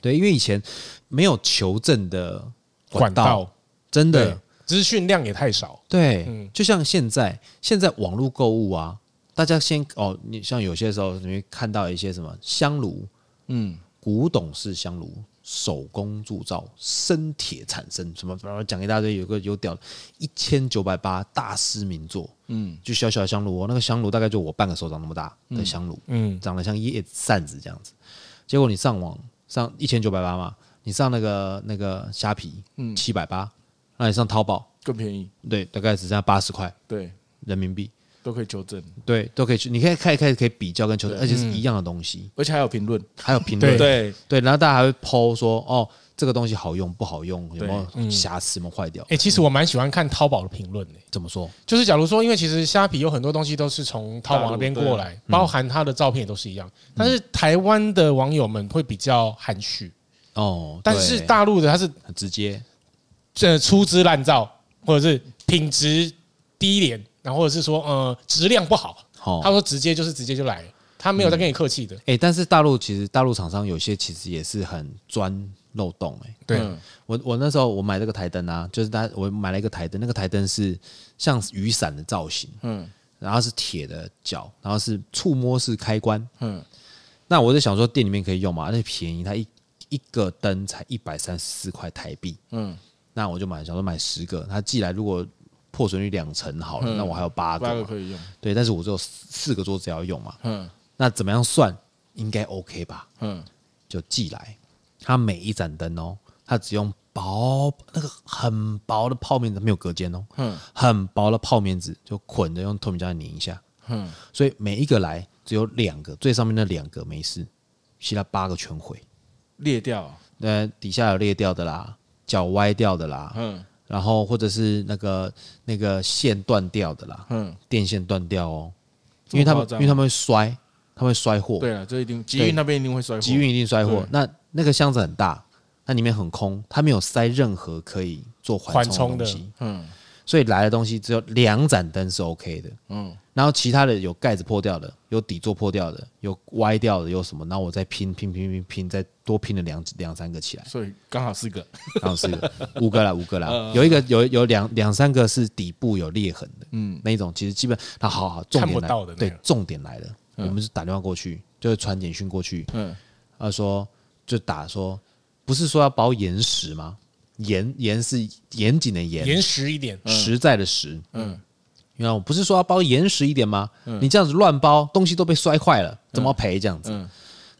对，因为以前没有求证的管道，真对的，资讯量也太少，对，嗯就像现在，现在网络购物啊，大家先哦，你像有些时候你会看到一些什么香炉，嗯，古董式香炉。手工铸造，生铁产生，什么？然后讲一大堆，有个有屌，一千九百八大师名作，嗯嗯，就小小的香炉、哦，那个香炉大概就我半个手掌那么大的香炉，嗯，长得像叶子扇子这样子。结果你上网上一千九百八嘛，你上那个那个虾皮，嗯，七百八，那你上淘宝，更便宜，对，大概只剩下八十块对，人民币，都可以纠正，对，都可以去，你可以开开始可以比较跟求证，而且是一样的东西，而且还有评论，还有评论，嗯对对，对，然后大家还会剖说，哦，这个东西好用不好用，有对嗯没有瑕疵，有没有坏掉哎、，其实我蛮喜欢看淘宝的评论的，怎么说？就是假如说，因为其实虾皮有很多东西都是从淘宝那边啊过来，包含它的照片也都是一样，嗯但是台湾的网友们会比较含蓄，哦，但是对大陆的它是很直接，这粗制滥造，或者是品质低廉，然后或者是说呃质量不好，哦他，说直接就是直接就来了，他没有嗯在跟你客气的。哎、但是大陆其实大陆厂商有些其实也是很钻漏洞、欸，对嗯我我那时候我买这个台灯啊，就是它我买了一个台灯，那个台灯是像雨伞的造型，嗯然后是铁的脚，然后是触摸式开关。嗯，那我就想说店里面可以用嘛，那便宜，它一一个灯才一百三十四块台币，嗯，那我就买，想说买十个，它寄来如果破损率两成好了，嗯那我还有八八个个嘛，可以用，对，但是我只有四四个桌子要用嘛，嗯那怎么样算应该 OK 吧？嗯，就寄来，它每一盏灯哦，它只用薄那个很薄的泡面纸，没有隔间哦，嗯很薄的泡面纸就捆着用透明胶带粘一下，嗯，所以每一个来只有两个，最上面那两个没事，其他八个全毁。裂掉啊，那底下有裂掉的啦，脚歪掉的啦，嗯然后或者是那个那个线断掉的啦，嗯，电线断掉哦，这因为么他们夸因张为他们会摔，他们会摔货，对了，这一定集对运那边一定会摔货，集运一定摔货对。那那个箱子很大，它里面很空，它没有塞任何可以做缓冲的东缓西，嗯所以来的东西只有两盏灯是 OK 的。嗯然后其他的有盖子破掉的，有底座破掉的，有歪掉的，有什么？然后我再拼拼拼拼拼，再多拼了两两三个起来，所以刚好四个， 然后是五个啦，五个嗯啦，有一个有有两两三个是底部有裂痕的，嗯，那一种其实基本那好好，重看点不来到的那嗯对种，重点来了，我们是打电话过去，就是传简讯过去，嗯他说就打说，不是说要包严实吗？严严是严谨的嗯严实一点，实在的实，嗯，原来我不是说要包严实一点吗？嗯你这样子乱包，东西都被摔坏了，怎么赔这样嗯子？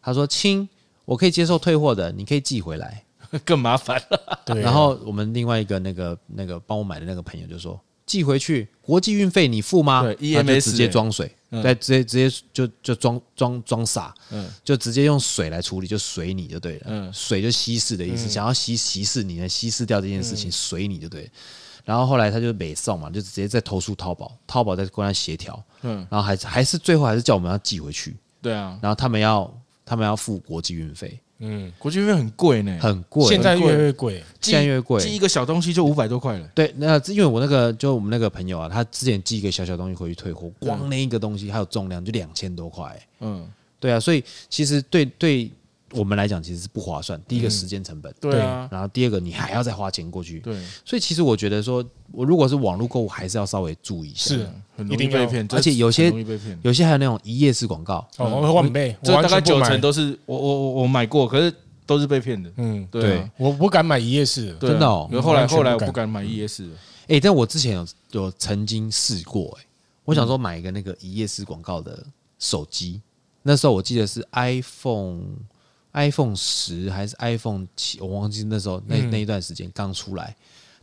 他说：“亲，我可以接受退货的，你可以寄回来。更麻烦了。对啊然后我们另外一个那个那个帮我买的那个朋友就说：“寄回去，国际运费你付吗？”对 E 然后就 EMS 直接装水，嗯对，直接直接就就装装装傻，就直接用水来处理，就水你就对嗯了，水就稀释的意思，想要稀稀释你呢，稀释掉这件事嗯情，水你就对了。然后后来他就北送嘛，就直接再投诉淘宝，淘宝再跟他协调，嗯，然后还是还是最后还是叫我们要寄回去，对啊，然后他们要他们要付国际运费，嗯，国际运费很贵呢，很贵，现在越来越贵，现在越贵寄一个小东西就五百多块了。对，那因为我那个就我们那个朋友啊，他之前寄一个小小东西回去退货，光那一个东西还有重量就两千多块、欸嗯，对啊，所以其实对对我们来讲其实是不划算。第一个时间成本，嗯对啊，然后第二个你还要再花钱过去，对，所以其实我觉得说，我如果是网络购物，还是要稍微注意一下。是啊很一容易定要被骗，而且有些很容易被骗。有些还有那种一页式广告，哦，我会换倍，这我大完全概不九成买，都是我我我我买过，可是都是被骗的。嗯，对啊，我不敢买一夜市，对啊真的哦可是后来完全后不来我敢不敢买 ES 了。哎、但我之前有有曾经试过、欸，我嗯想说买一个那个一页式广告的手机，那时候我记得是 iPhone iPhone 十还是 iPhone 七，我忘记那时候那嗯那一段时间刚出来，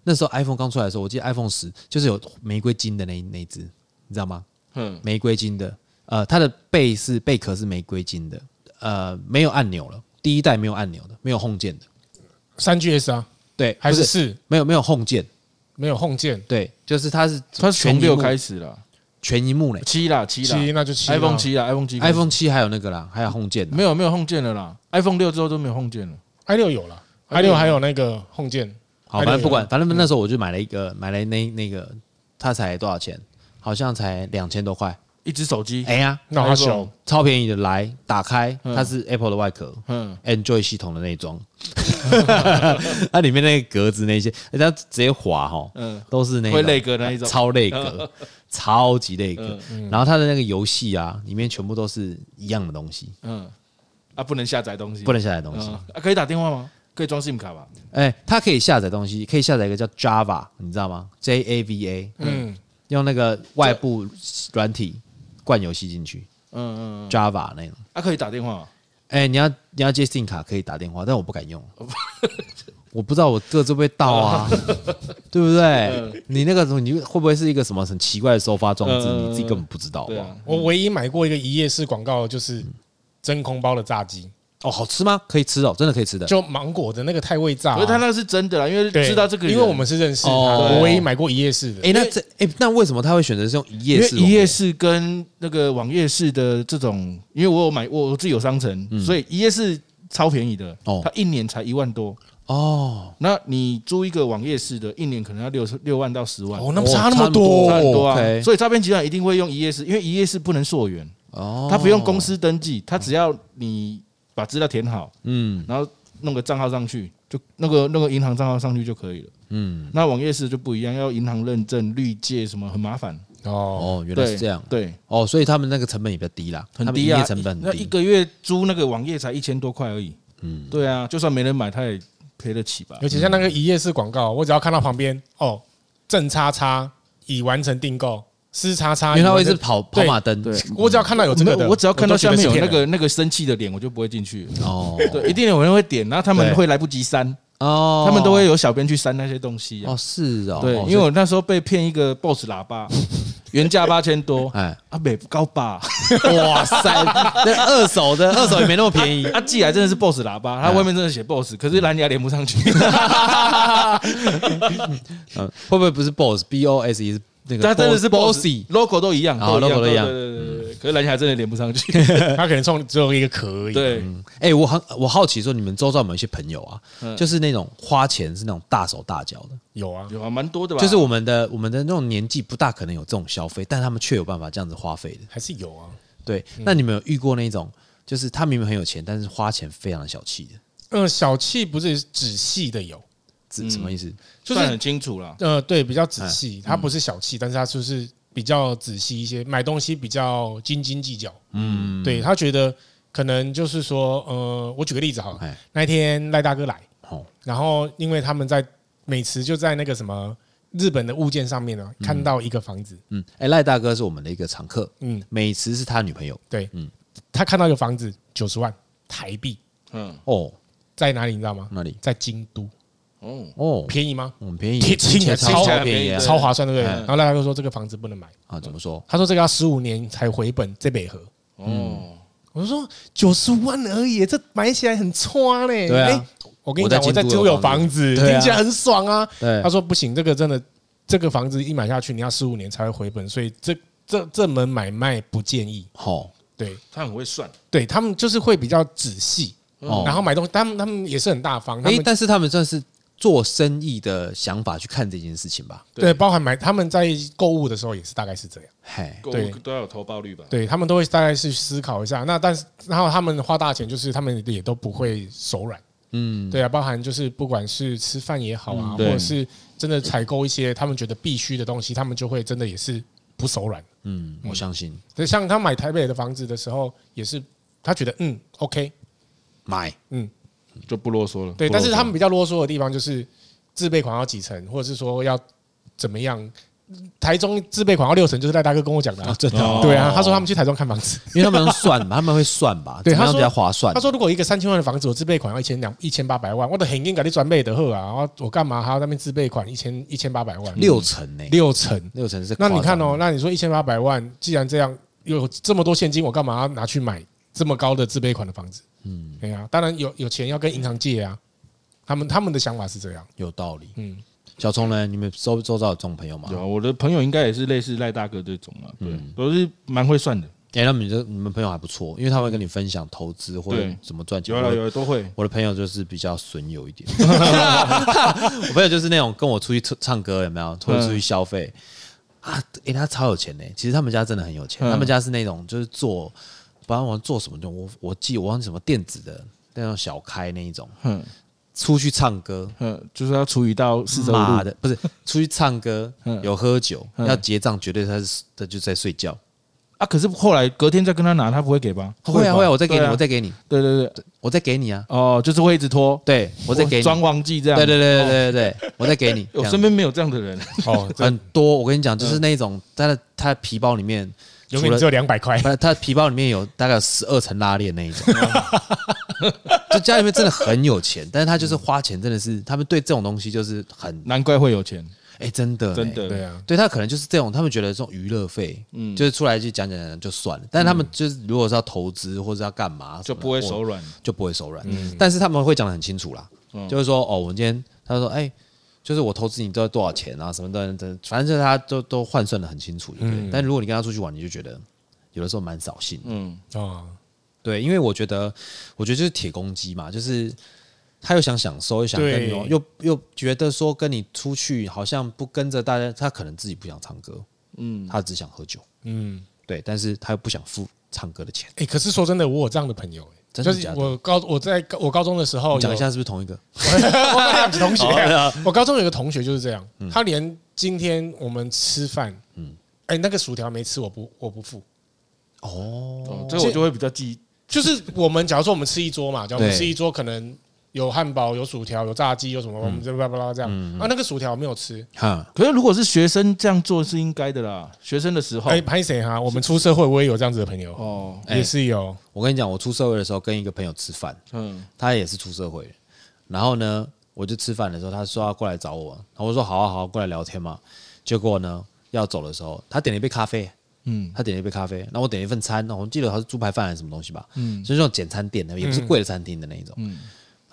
那时候 iPhone 刚出来的时候，我记得 iPhone 十就是有玫瑰金的那一那一只，你知道吗？嗯，玫瑰金的，呃，它的背是贝壳是玫瑰金的，呃，没有按钮了，第一代没有按钮的，没有 home 键的，三 GS 啊，对，还不是是四没有没有 home 键，没有 home 键对，就是它是它是从全荧六幕开始了，全荧幕嘞。七啦七七，啦那就七啦，iPhone 七啦，iPhone 七开始 iPhone 七还有那个啦，还有啊 Home 键的，没有没有 home 键了啦，iPhone 六之后都没有 home 键了。 i 六有了，i 六还有那个 home 嗯键，好，还反有正不管，反正那时候我就买了一个，买了那那个，它才多少钱？好像才两千多块。一嗯只手机，哎呀，那好小，超便宜的，来打开，它是 Apple 的外壳嗯， ，Android 系统的内装， 它里面那个格子那些，哎它直接滑哈，嗯都是那种会内格那 哦嗯一种超内格，超级内嗯格。然后它的那个游戏啊，里面全部都是一样的东西，嗯，啊，不能下载东西，不能下载的东西嗯。啊，可以打电话吗？可以装 SIM 卡吧？哎、它可以下载东西，可以下载一个叫 Java，你知道吗？J A V A，嗯，用那个外部软体灌游戏进去嗯嗯嗯， ，Java 那种。啊，可以打电话吗？哎、你要你要接 SIM 卡可以打电话，但我不敢用， 我不知道我个子会不会到啊，哦 对不对？你那个时候你会不会是一个什么很奇怪的收发装置？嗯你自己根本不知道对吧啊？，我唯一买过一个一夜市广告的就是嗯真空包的炸鸡，哦，好吃吗？可以吃哦，真的可以吃的。就芒果的那个太味炸啊，可是他那个是真的啦，因为对知道这个人，因为我们是认识他，哦我唯一买过一夜市哎、的，那这哎、那为什么他会选择是用一啊因页为式网页？一夜式跟那个网页式的这种，因为我有买，我我自己有商城，所以一夜式超便宜的，嗯哦它一年才一万多。哦，那你租一个网页式的，一年可能要六六万到十万，哦，那哦么差那差么那么多多，差很多啊。 OK 所以诈骗集团一定会用一夜式，因为一夜式不能溯源，哦，它不用公，司登记，它只要你把资料填好，嗯然后弄个账号上去，就那个那个银行账号上去就可以了。嗯，那网页式就不一样，要银行认证、绿界什么，很麻烦。哦，哦，原来对，是这样。对，哦，所以他们那个成本也比较低啦，很低啊，他们营业成本那很一低。个月租那个网页才一千多块而已。嗯，对啊，就算没人买，他也赔得起吧尤？其像那个一夜式广告，我只要看到旁边哦，正叉叉已完成订购，私叉叉因已为完它成，会是跑跑对马灯，啊对，我只要看到有这个没的，我只要看到我都觉下得面是有骗那人个那个生气的脸，我就不会进去。哦对，一定有人会点，然后他们对会来不及删，哦，他们都会有小编去删那些东西啊哦。是哦，对哦，因为我那时候被骗一个 BOSS 喇 叭，原价八千多，哎，啊，美不高吧？哇塞，那二手的二手也没那么便 宜，啊，寄来真的是 BOSS 喇叭，啊它外面真的写 BOSS，可是蓝牙连不上去。 嗯，会不会不是 boss b o s 也是那个，它真的是 bossy， logo 都一样，哦都 logo 都一样对对对对对。可是蓝牙真的连不 上去。他可能送只有一个壳而已。对，哎，我很我好奇说你们周遭有没有一些朋友啊，嗯就是那种花钱是那种大手大脚的，有啊，有啊，蛮多的吧？就是我们的我们的那种年纪不大可能有这种消费，但他们却有办法这样子花费的，还是有啊。对，那你们有遇过那种就是他明明很有钱，但是花钱非常的小气的，嗯，小气不是仔细的有，嗯这什么意思？就算是很清楚了。呃，对，比较仔细，哎嗯他不是小气，但是他就是比较仔细一些，买东西比较斤斤计较。嗯，对他觉得可能就是说，呃，我举个例子好了哎，那一天赖大哥来，哦，然后因为他们在美池就在那个什么日本的物件上面呢，看到一个房子，嗯，哎、赖大哥是我们的一个常客，嗯，美慈是他女朋友，对，嗯他看到一个房子九十万台币，嗯，哦，在哪里你知道吗？哪里？在京都，哦，哦，便宜吗？很便宜，听听起来超超超便宜啊，对超划算，对不对？嗯然后赖大哥说这个房子不能买，啊，怎么说？他说这个要十五年才回本，这北河。嗯哦，我就说九十万而已，这买起来很差嘞。对啊哎，我跟你讲，我我在在京都租有有房子，对啊听起来很爽啊。对他说不行，这个真的，这个房子一买下去，你要十五年才会回本，所以这这这门买卖不建议。好对，他很会算，对他们就是会比较仔细，哦，然后买东西，他们他们也是很大方，他哎、们但是他们算是做生意的想法去看这件事情吧？对对，包含买他们在购物的时候也是大概是这样，嘿，购对物都要有投报率吧？对他们都会大概是思考一下。那但是然后他们花大钱，就是他们也都不会手软。嗯，对啊，包含就是不管是吃饭也好啊，嗯或对者是真的采购一些他们觉得必须的东西，他们就会真的也是不手软。嗯，我相信所以像他买台北的房子的时候，也是他觉得嗯 OK， 买嗯就不啰嗦了。对，不但是错他们比较啰嗦的地方就是自备款要几成，或者是说要怎么样。台中自备款要六成，就是赖大哥跟我讲的、啊，啊。真的哦、对啊，他说他们去台中看房子，因为他们要算吧，他们会算吧，对怎么样他说比较划算？他说如果一个三千万的房子，我自备款要一千两一千八百万，我的很硬给你转备的货啊，然后我干嘛还要在那边自备款一千一千八百万？嗯六成呢、六成，六成是那你看哦夸张，的，那你说一千八百万，既然这样有这么多现金，我干嘛要拿去买这么高的自备款的房子？嗯，对啊，当然有有钱要跟银行借啊，他们他们的想法是这样，有道理。嗯，小聪呢？你们周周遭有这种朋友吗？有啊，我的朋友应该也是类似赖大哥这种啊，对，嗯都是蛮会算的，哎、那你就你们朋友还不错，因为他会跟你分享投资或者对怎么赚钱。有啊了我有了都会。我的朋友就是比较损友一 点，我朋友就是那种跟我出去唱唱歌有没有，或者出嗯去消费啊，诶，他超有钱呢、其实他们家真的很有钱，嗯他们家是那种就是做，不然我做什么的，我我记我忘记什么电子的那种小开那一种，哼出去唱歌，哼，就是要除以到四舍五妈入，的，不是出去唱歌 嗯有喝酒，嗯要结账绝对他是他就在睡觉，啊，可是后来隔天再跟他拿，他不会给吧？会啊吧会啊，我再给你，对啊我再给你，对对对，我再给你啊，哦，就是会一直拖，对我再给你，哦装忘记这样。哦对对对对对对，我再给你，这 我样身边没有这样的人，嗯哦， 这很多，我跟你讲，就是那种他的他的皮包里面，除永远了只有两百块不，是他的皮包里面有大概十二层拉链那一种， 就家里面真的很有钱，但是他就是花钱真的嗯是，他们对这种东西就是很难怪会有钱，哎、真的、真，的。对，啊， 对他可能就是这种，他们觉得这种娱乐费，嗯，就是出来去讲讲讲就算了，但是他们就是如果是要投资或者要干嘛，就不会熟。手软。就不会手软。但是他们会讲的很清楚啦，就是说哦，我们今天他说哎、就是我投资你都多少钱啊，什么的，等反正就是他都都换算的很清楚，对不对？但如果你跟他出去玩，你就觉得有的时候蛮扫兴的，嗯，哦，对，因为我觉得我觉得就是铁公鸡嘛，就是。他又想享受，又想跟你对又又觉得说跟你出去好像不跟着大家，他可能自己不想唱歌，嗯，他只想喝酒，嗯，对，但是他又不想付唱歌的钱。哎，可是说真的，我有这样的朋友，真哎的就是假的我高我在我高中的时候你讲哦有一下是不是同一个？ 我们两个 同学，我高中有个同学就是这样，嗯他连今天我们吃饭，嗯，哎，那个薯条没吃，我不我不付。哦，这我就会比较记，就是我们假如说我们吃一桌嘛，假如我们对吃一桌，可能有汉堡、有薯条、有炸鸡、有什么，我嗯们就巴拉巴拉这样。啊，那个薯条我没有吃，哈，可是如果是学生这样做是应该的啦，学生的时候哎，拍谁哈？我们出社会，我也有这样子的朋友，哦，哦哎 也是有。我跟你讲，我出社会的时候跟一个朋友吃饭，嗯，他也是出社会的，然后呢，我就吃饭的时候，他说要过来找我，然后我说好啊好啊，过来聊天嘛。结果呢，要走的时候，他点了一杯咖啡，嗯，他点了一杯咖啡，然后我点了一份餐，我记得好像是猪排饭还是什么东西吧，嗯，就是那种简餐店的，也不是贵的餐厅的那一种，嗯，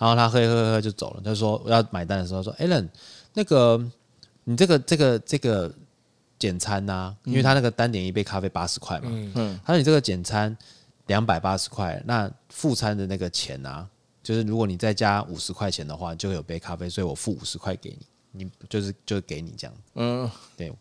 然后他喝一喝喝喝就走了，他说要买单的时候说 a l a n 那个你这个这个这个简餐呐、因为他那个单点一杯咖啡八十块嘛，他说你这个简餐两百八十块，那副餐的那个钱啊，就是如果你再加五十块钱的话，就会有杯咖啡，所以我付五十块给你，你就是就给你这样。嗯，对，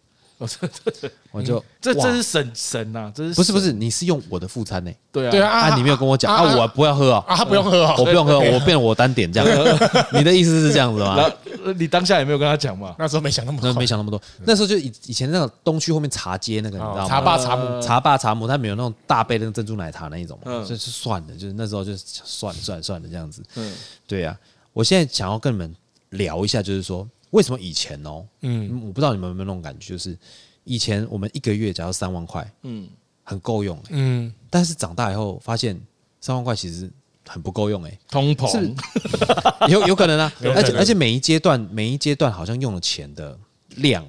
我就这哇这是省省呐，这是不是不省是，你是用我的副餐呢、对啊对啊，啊，你没有跟我讲啊，我不要喝哦，啊，他不用喝我哦，不用喝，我变我单点这样。你的意思是这样子吗？然后呃你当下也没有跟他讲嘛， 那时候没想那么那快没，想那么多，那时候就以以前那种东区后面茶街那个，你知道哦吗？茶爸茶母，茶爸茶母，他们有那种大杯的那个珍珠奶茶那一种嘛，嗯所以是算了，就是那时候就是算了算了算了这样子。嗯，对啊，我现在想要跟你们聊一下，就是说为什么以前哦，嗯，嗯，我不知道你们有没有那种感觉，就是以前我们一个月只要三万块，嗯嗯，很够用、欸，嗯，但是长大以后发现三万块其实很不够用、欸，通是膨有有可能啊， 有可能而且而且每一阶段每一阶段好像用的钱的量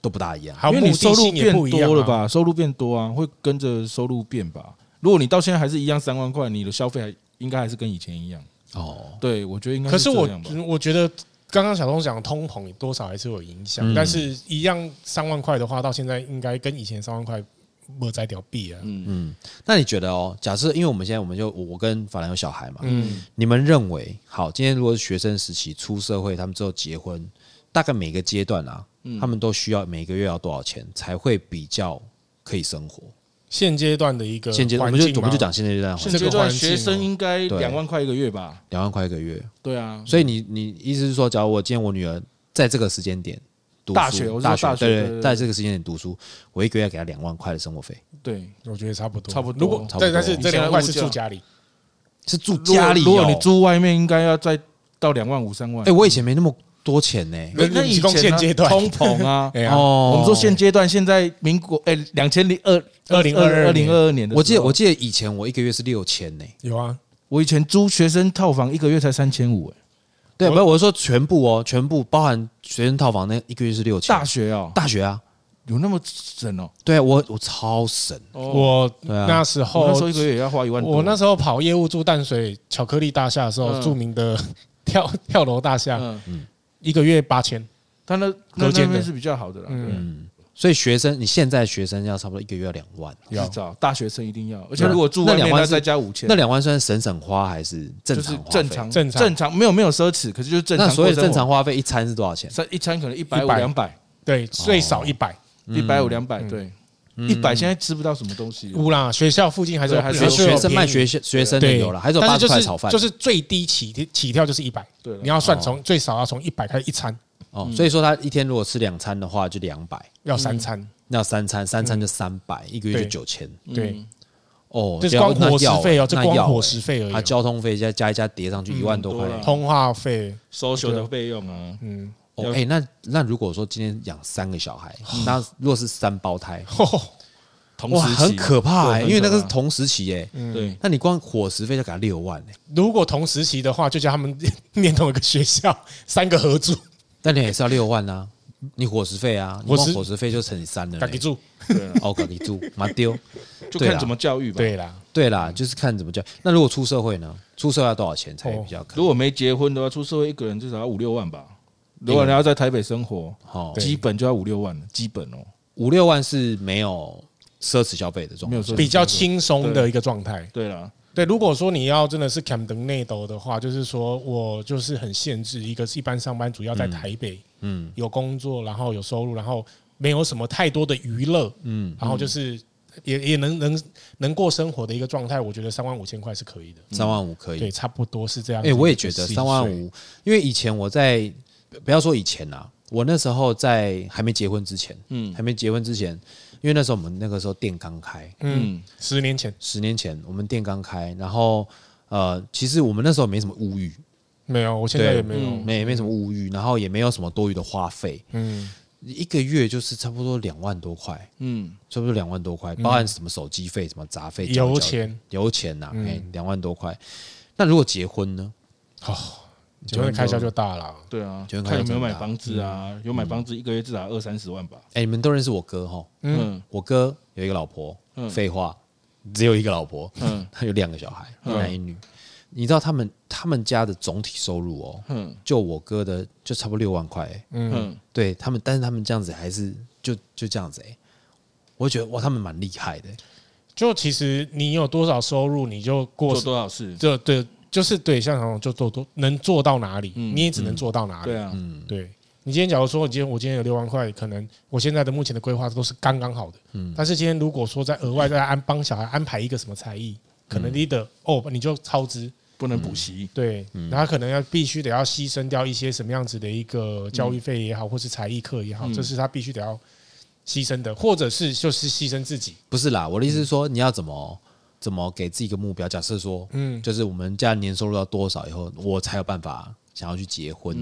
都不大一样。还有因为你啊目收的入性也变不一样多啊了？吧？收入变多啊，会跟着收入变吧。如果你到现在还是一样三万块，你的消费还应该还是跟以前一样。哦，对，我觉得应该可是这我嗯样吧。我觉得刚刚小东讲通膨多少还是有影响，嗯但是一样三万块的话，到现在应该跟以前三万块没摘掉币啊。嗯嗯，那你觉得哦？假设因为我们现在我们就我我跟法兰有小孩嘛，嗯，你们认为好？今天如果是学生时期出社会，他们之后结婚，大概每个阶段啊，嗯他们都需要每个月要多少钱才会比较可以生活？现阶段的一个现阶段我们环境就我嘛们就讲现阶段现环这境个阶段环境学生哦应该对两万块一个月吧？两万块一个月，对啊，所以你你意思是说，假如我今天我女儿在这个时间点读书大学我是说大大学对对对在这个时间点读书，我一个月要给她两万块的生活费，对，我觉得差不多，差不多如果差不多对，但是这两块是以前的住物价家里，是住家里、哦如果如果你住外面，应该要再到两万五三万哎、。我以前没那么多钱呢、那那以提供前现呢阶段，通膨啊 哎呀，哦我们说现阶段，现在民国哎，两千零二2022二零二二年的时候，我记得我记得以前我一个月是六千呢，有啊，我以前租学生套房一个月才三千五，哎，对，我不是我是说全部哦，全部包含学生套房那一个月是六千。大学哦，大学啊，有那么省哦？对啊我我超省，我我对啊那时哦候我那时候一个月也要花一万多，哦啊我那时候跑业务住淡水巧克力大厦的时候，嗯著名的 跳跳楼大厦，嗯，一个月八千，他那那隔那间的边是比较好的啦，啊嗯，所以学生你现在学生要差不多一个月嗯要两万，至有少大学生一定要，而且那如果住那外面，两万那是再加五千，那两万算是省省花还是正就是常花费正常正常正常，没有没有奢侈，可是就是正常。那所谓的正常过花费一餐是多少钱？生活，三一餐可能一百五100两百，对，最少一百一百五两百，嗯对，一百现在吃不到什么东西了，五啦，学校附近还是有对还是有还是有学生卖便学宜生学生的对，有了，还是有但八是十就块是炒饭就是最低起起跳就是一百，对了你要算从最少要从一百开始一餐哦。所以说他一天如果吃两餐的话就两百，要三餐，那三餐三餐就三百，一个月就对九千嗯嗯对，哦。这是要光那伙食要费哦，欸这那光要欸伙食费而已他啊哦，交通费再加一加叠上去一嗯万多块很多啦，通话费， social 的费用啊，嗯，哦，哎、那那如果说今天养三个小 孩，那如果是三胞胎，同哇，时期很可怕、嗯欸，对因为那个是很可同时期耶、怕对那你光伙食费就给他六万哎、如果同时期的话，就叫他们 念同一个学校，三个合住，但你也是要六万啊，你伙食费啊，你伙食光伙食费就乘以三了、打给欸。住，哦，搞你住，妈丢。就嗯对啊看啦怎么教育吧。对啦，对啦，就是看怎么叫。那如果出社会呢？出社会要多少钱才比较可以？如果没结婚的话，出社会一个人至少要五六万吧。如果你要在台北生活，哦，对基本就要五六万了，基本哦，五六万是没有奢侈消费的状没态有。说比较轻松的一个状态。对啦，对，如果说你要真的是 c a m d e n 内斗的话，就是说我就是很限制，一个是一般上班族要在台北，嗯嗯，有工作，然后有收入，然后没有什么太多的娱乐，嗯嗯，然后就是也也能能能过生活的一个状态，我觉得三万五千块是可以的，三万五可以对，。差不多是这样哎、子的一个我也觉得薪水三万，五，因为以前我在不要说以前啦、我那时候在还没结婚之前，嗯，还没结婚之前，因为那时候我们那个时候店刚开，嗯，十年前十年前我们店刚开，然后呃，其实我们那时候没什么物欲，没有，我现在对嗯也没有，没没什么物欲，然后也没有什么多余的花费，嗯，一个月就是差不多两万多块，嗯，差不多两万多块，包含什么手机费、什么杂费、嗯油交一交钱、嗯油钱呐、哎、两、万多块。那如果结婚呢？哦结婚的开销就大了，对啊结婚，开看销有没真的有买啊房子啊，有买房子一个月至少二三十万吧。哎、你们都认识我哥吼，嗯我哥有一个老婆，废话，只有一个老婆，嗯他 有两个小孩，一男一女。你知道他们他们家的总体收入哦，嗯就我哥的就差不多六万块、欸，嗯，对他们，但是他们这样子还是就就这样子哎、我就觉得哇，他们蛮厉害的欸、就其实你有多少收入，你就过做多少事？就嗯对，就是对，像这种就做多能做到哪里，你也只能做到哪里。对啊，对你今天假如说，我今天我今天有六万块，可能我现在的目前的规划都是刚刚好的。嗯，但是今天如果说再额外再安帮小孩安排一个什么才艺，可能你的、哦你就超支，不能补习，对，然后可能要必须得要牺牲掉一些什么样子的一个教育费也好，或是才艺课也好，这是他必须得要牺牲的，或者是就是牺牲自己。不是啦，我的意思是说，你要怎么怎么给自己一个目标？假设说，嗯嗯，就是我们家年收入到多少以后，我才有办法想要去结婚，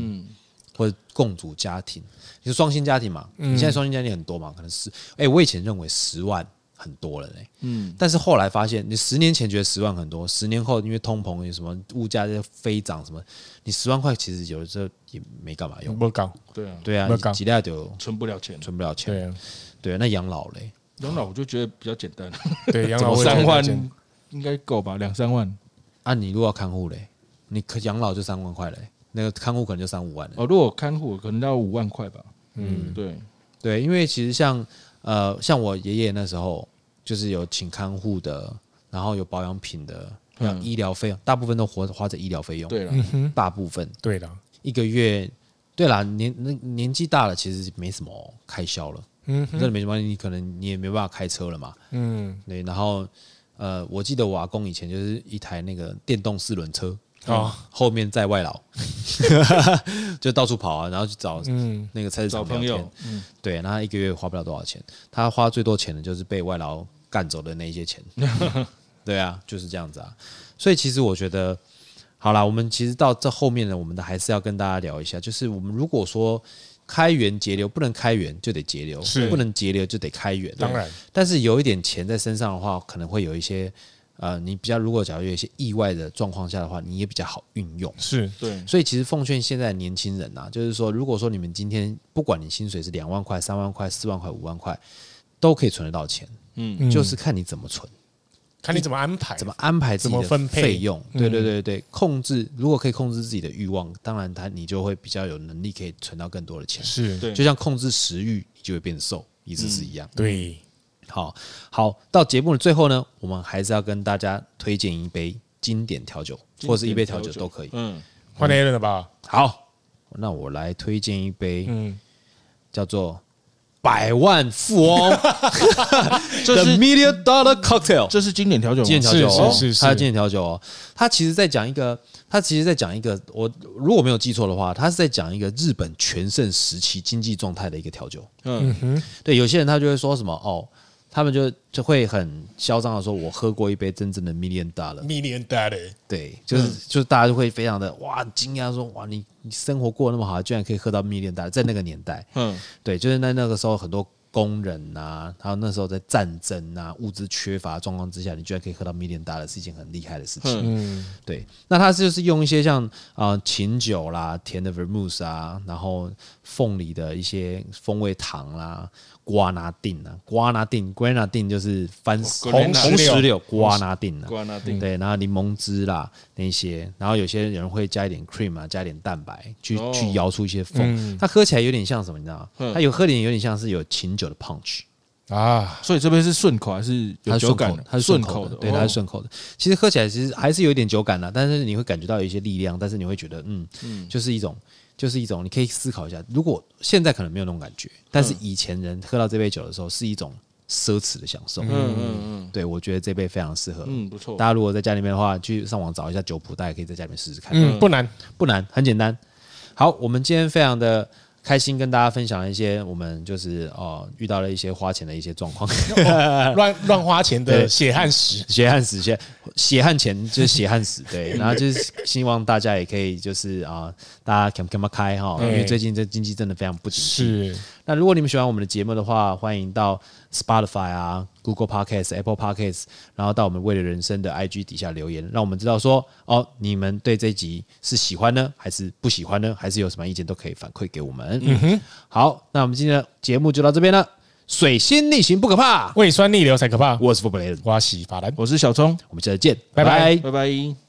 或者共组家庭。你是双薪家庭嘛？你现在双薪家庭很多嘛？可能是，哎、我以前认为十万很多了嘞、嗯，但是后来发现，你十年前觉得十万很多，十年后因为通膨有什么物价在飞涨什么，你十万块其实有的时候也没干嘛用。不高，对啊，对啊，嗯没你搞几代就存不了钱。存不了钱。对啊对，那养老嘞，养老我就觉得比较简单，对，养老我也三觉得万这样应该够吧，两三万。啊，你如果要看护嘞，你可养老就三万块嘞，那个看护可能就三五万了。哦，如果看护可能要五万块吧。嗯，对，对，因为其实像呃，像我爷爷那时候就是有请看护的，然后有保养品的，还有医疗费用，大部分都花花在医疗费用。对了，大部分对了，一个月，对啦，年那年纪大了，其实没什么开销了，嗯真的没什么，你可能你也没办法开车了嘛。嗯，对，然后呃，我记得我阿公以前就是一台那个电动四轮车。哦，后面在外劳， 就到处跑啊，然后去找嗯那个菜市找场朋聊友天。，对，那他一个月花不了多少钱，他花最多钱的就是被外劳干走的那一些 钱。对啊，就是这样子啊。所以其实我觉得，好啦，我们其实到这后面呢，我们的还是要跟大家聊一下，就是我们如果说开源节流，不能开源就得节流，是不能节流就得开源。当然，但是有一点钱在身上的话，可能会有一些呃，你比较如果假如有一些意外的状况下的话，你也比较好运用。是对，所以其实奉劝现在的年轻人啊，就是说，如果说你们今天不管你薪水是两万块、三万块、四万块、五万块，都可以存得到钱，嗯就是看你怎么存，看你怎么安排，怎么安排自己怎么的分配费用。嗯对对对对，控制如果可以控制自己的欲望，当然他你就会比较有能力可以存到更多的钱。是对就像控制食欲，你就会变瘦，意思是一样。对，好好，到节目的最后呢，我们还是要跟大家推荐一杯经典调酒，或是一杯调酒都可以。嗯，换 A 人了吧？好，那我来推荐一杯，嗯，叫做百万富翁这 The 是 Million Dollar Cocktail。这是经典调酒吗，经典调酒哦，是是是它的经典调酒哦，它其实在讲一个，它其实在讲一个，我如果没有记错的话，它是在讲一个日本全盛时期经济状态的一个调酒。嗯，对，有些人他就会说什么哦，他们就就会很嚣张的说，我喝过一杯真正的 million dollar。嗯 million dollar，对，就是、就是大家就会非常的哇惊讶说，哇你你生活过得那么好，居然可以喝到 million dollar，在那个年代。嗯，对，就是在那个时候，很多工人呐、还有那时候在战争啊、物资缺乏的状况之下，你居然可以喝到 million 大的是一件很厉害的事情。嗯，对，那它就是用一些像啊、呃琴酒啦、甜的 vermouth 啊，然后凤梨的一些风味糖啦、瓜拿定啊、瓜拿定、g r a n a d i n 就是番红石哦红榴石榴瓜拿定啊。瓜纳丁，对，然后柠檬汁啦那些，然后有些人会加一点 cream 啊，加一点蛋白，去、哦去摇出一些风。嗯它喝起来有点像什么，你知道吗？嗯它有喝点有点像是有琴酒的 punch，啊，所以这边是顺口还是它有是酒顺感口的？哦它是顺口的，对，它是顺口的。其实喝起来其实还是有一点酒感啦，但是你会感觉到有一些力量，但是你会觉得嗯，就是一种。就是一种，你可以思考一下，如果现在可能没有那种感觉，但嗯是以前人喝到这杯酒的时候，是一种奢侈的享受。哦，嗯嗯嗯对我觉得这杯非常适合。嗯，不错大，家如果在家里面的话，去上网找一下酒谱，大家可以在家里面试试看。嗯，不难，不难，很简单。好，我们今天非常的开心，跟大家分享了一些我们就是哦、遇到了一些花钱的一些状况，乱乱花钱的对血汗史，血汗史，血血汗钱就是血汗史，对。然后就是希望大家也可以就是啊、大家看看嘛开哈，因为对最近这经济真的非常不景气。是那如果你们喜欢我们的节目的话，欢迎到 Spotify 啊、Google Podcast、Apple Podcast，然后到我们为了人生的 IG 底下留言，让我们知道说哦，你们对这一集是喜欢呢，还是不喜欢呢，还是有什么意见都可以反馈给我们。嗯哼，好，那我们今天的节目就到这边了。水星逆行不可怕，胃酸逆流才可怕。我是傅布雷恩，我要洗发兰。我是小聪，我们下次见，拜拜拜拜。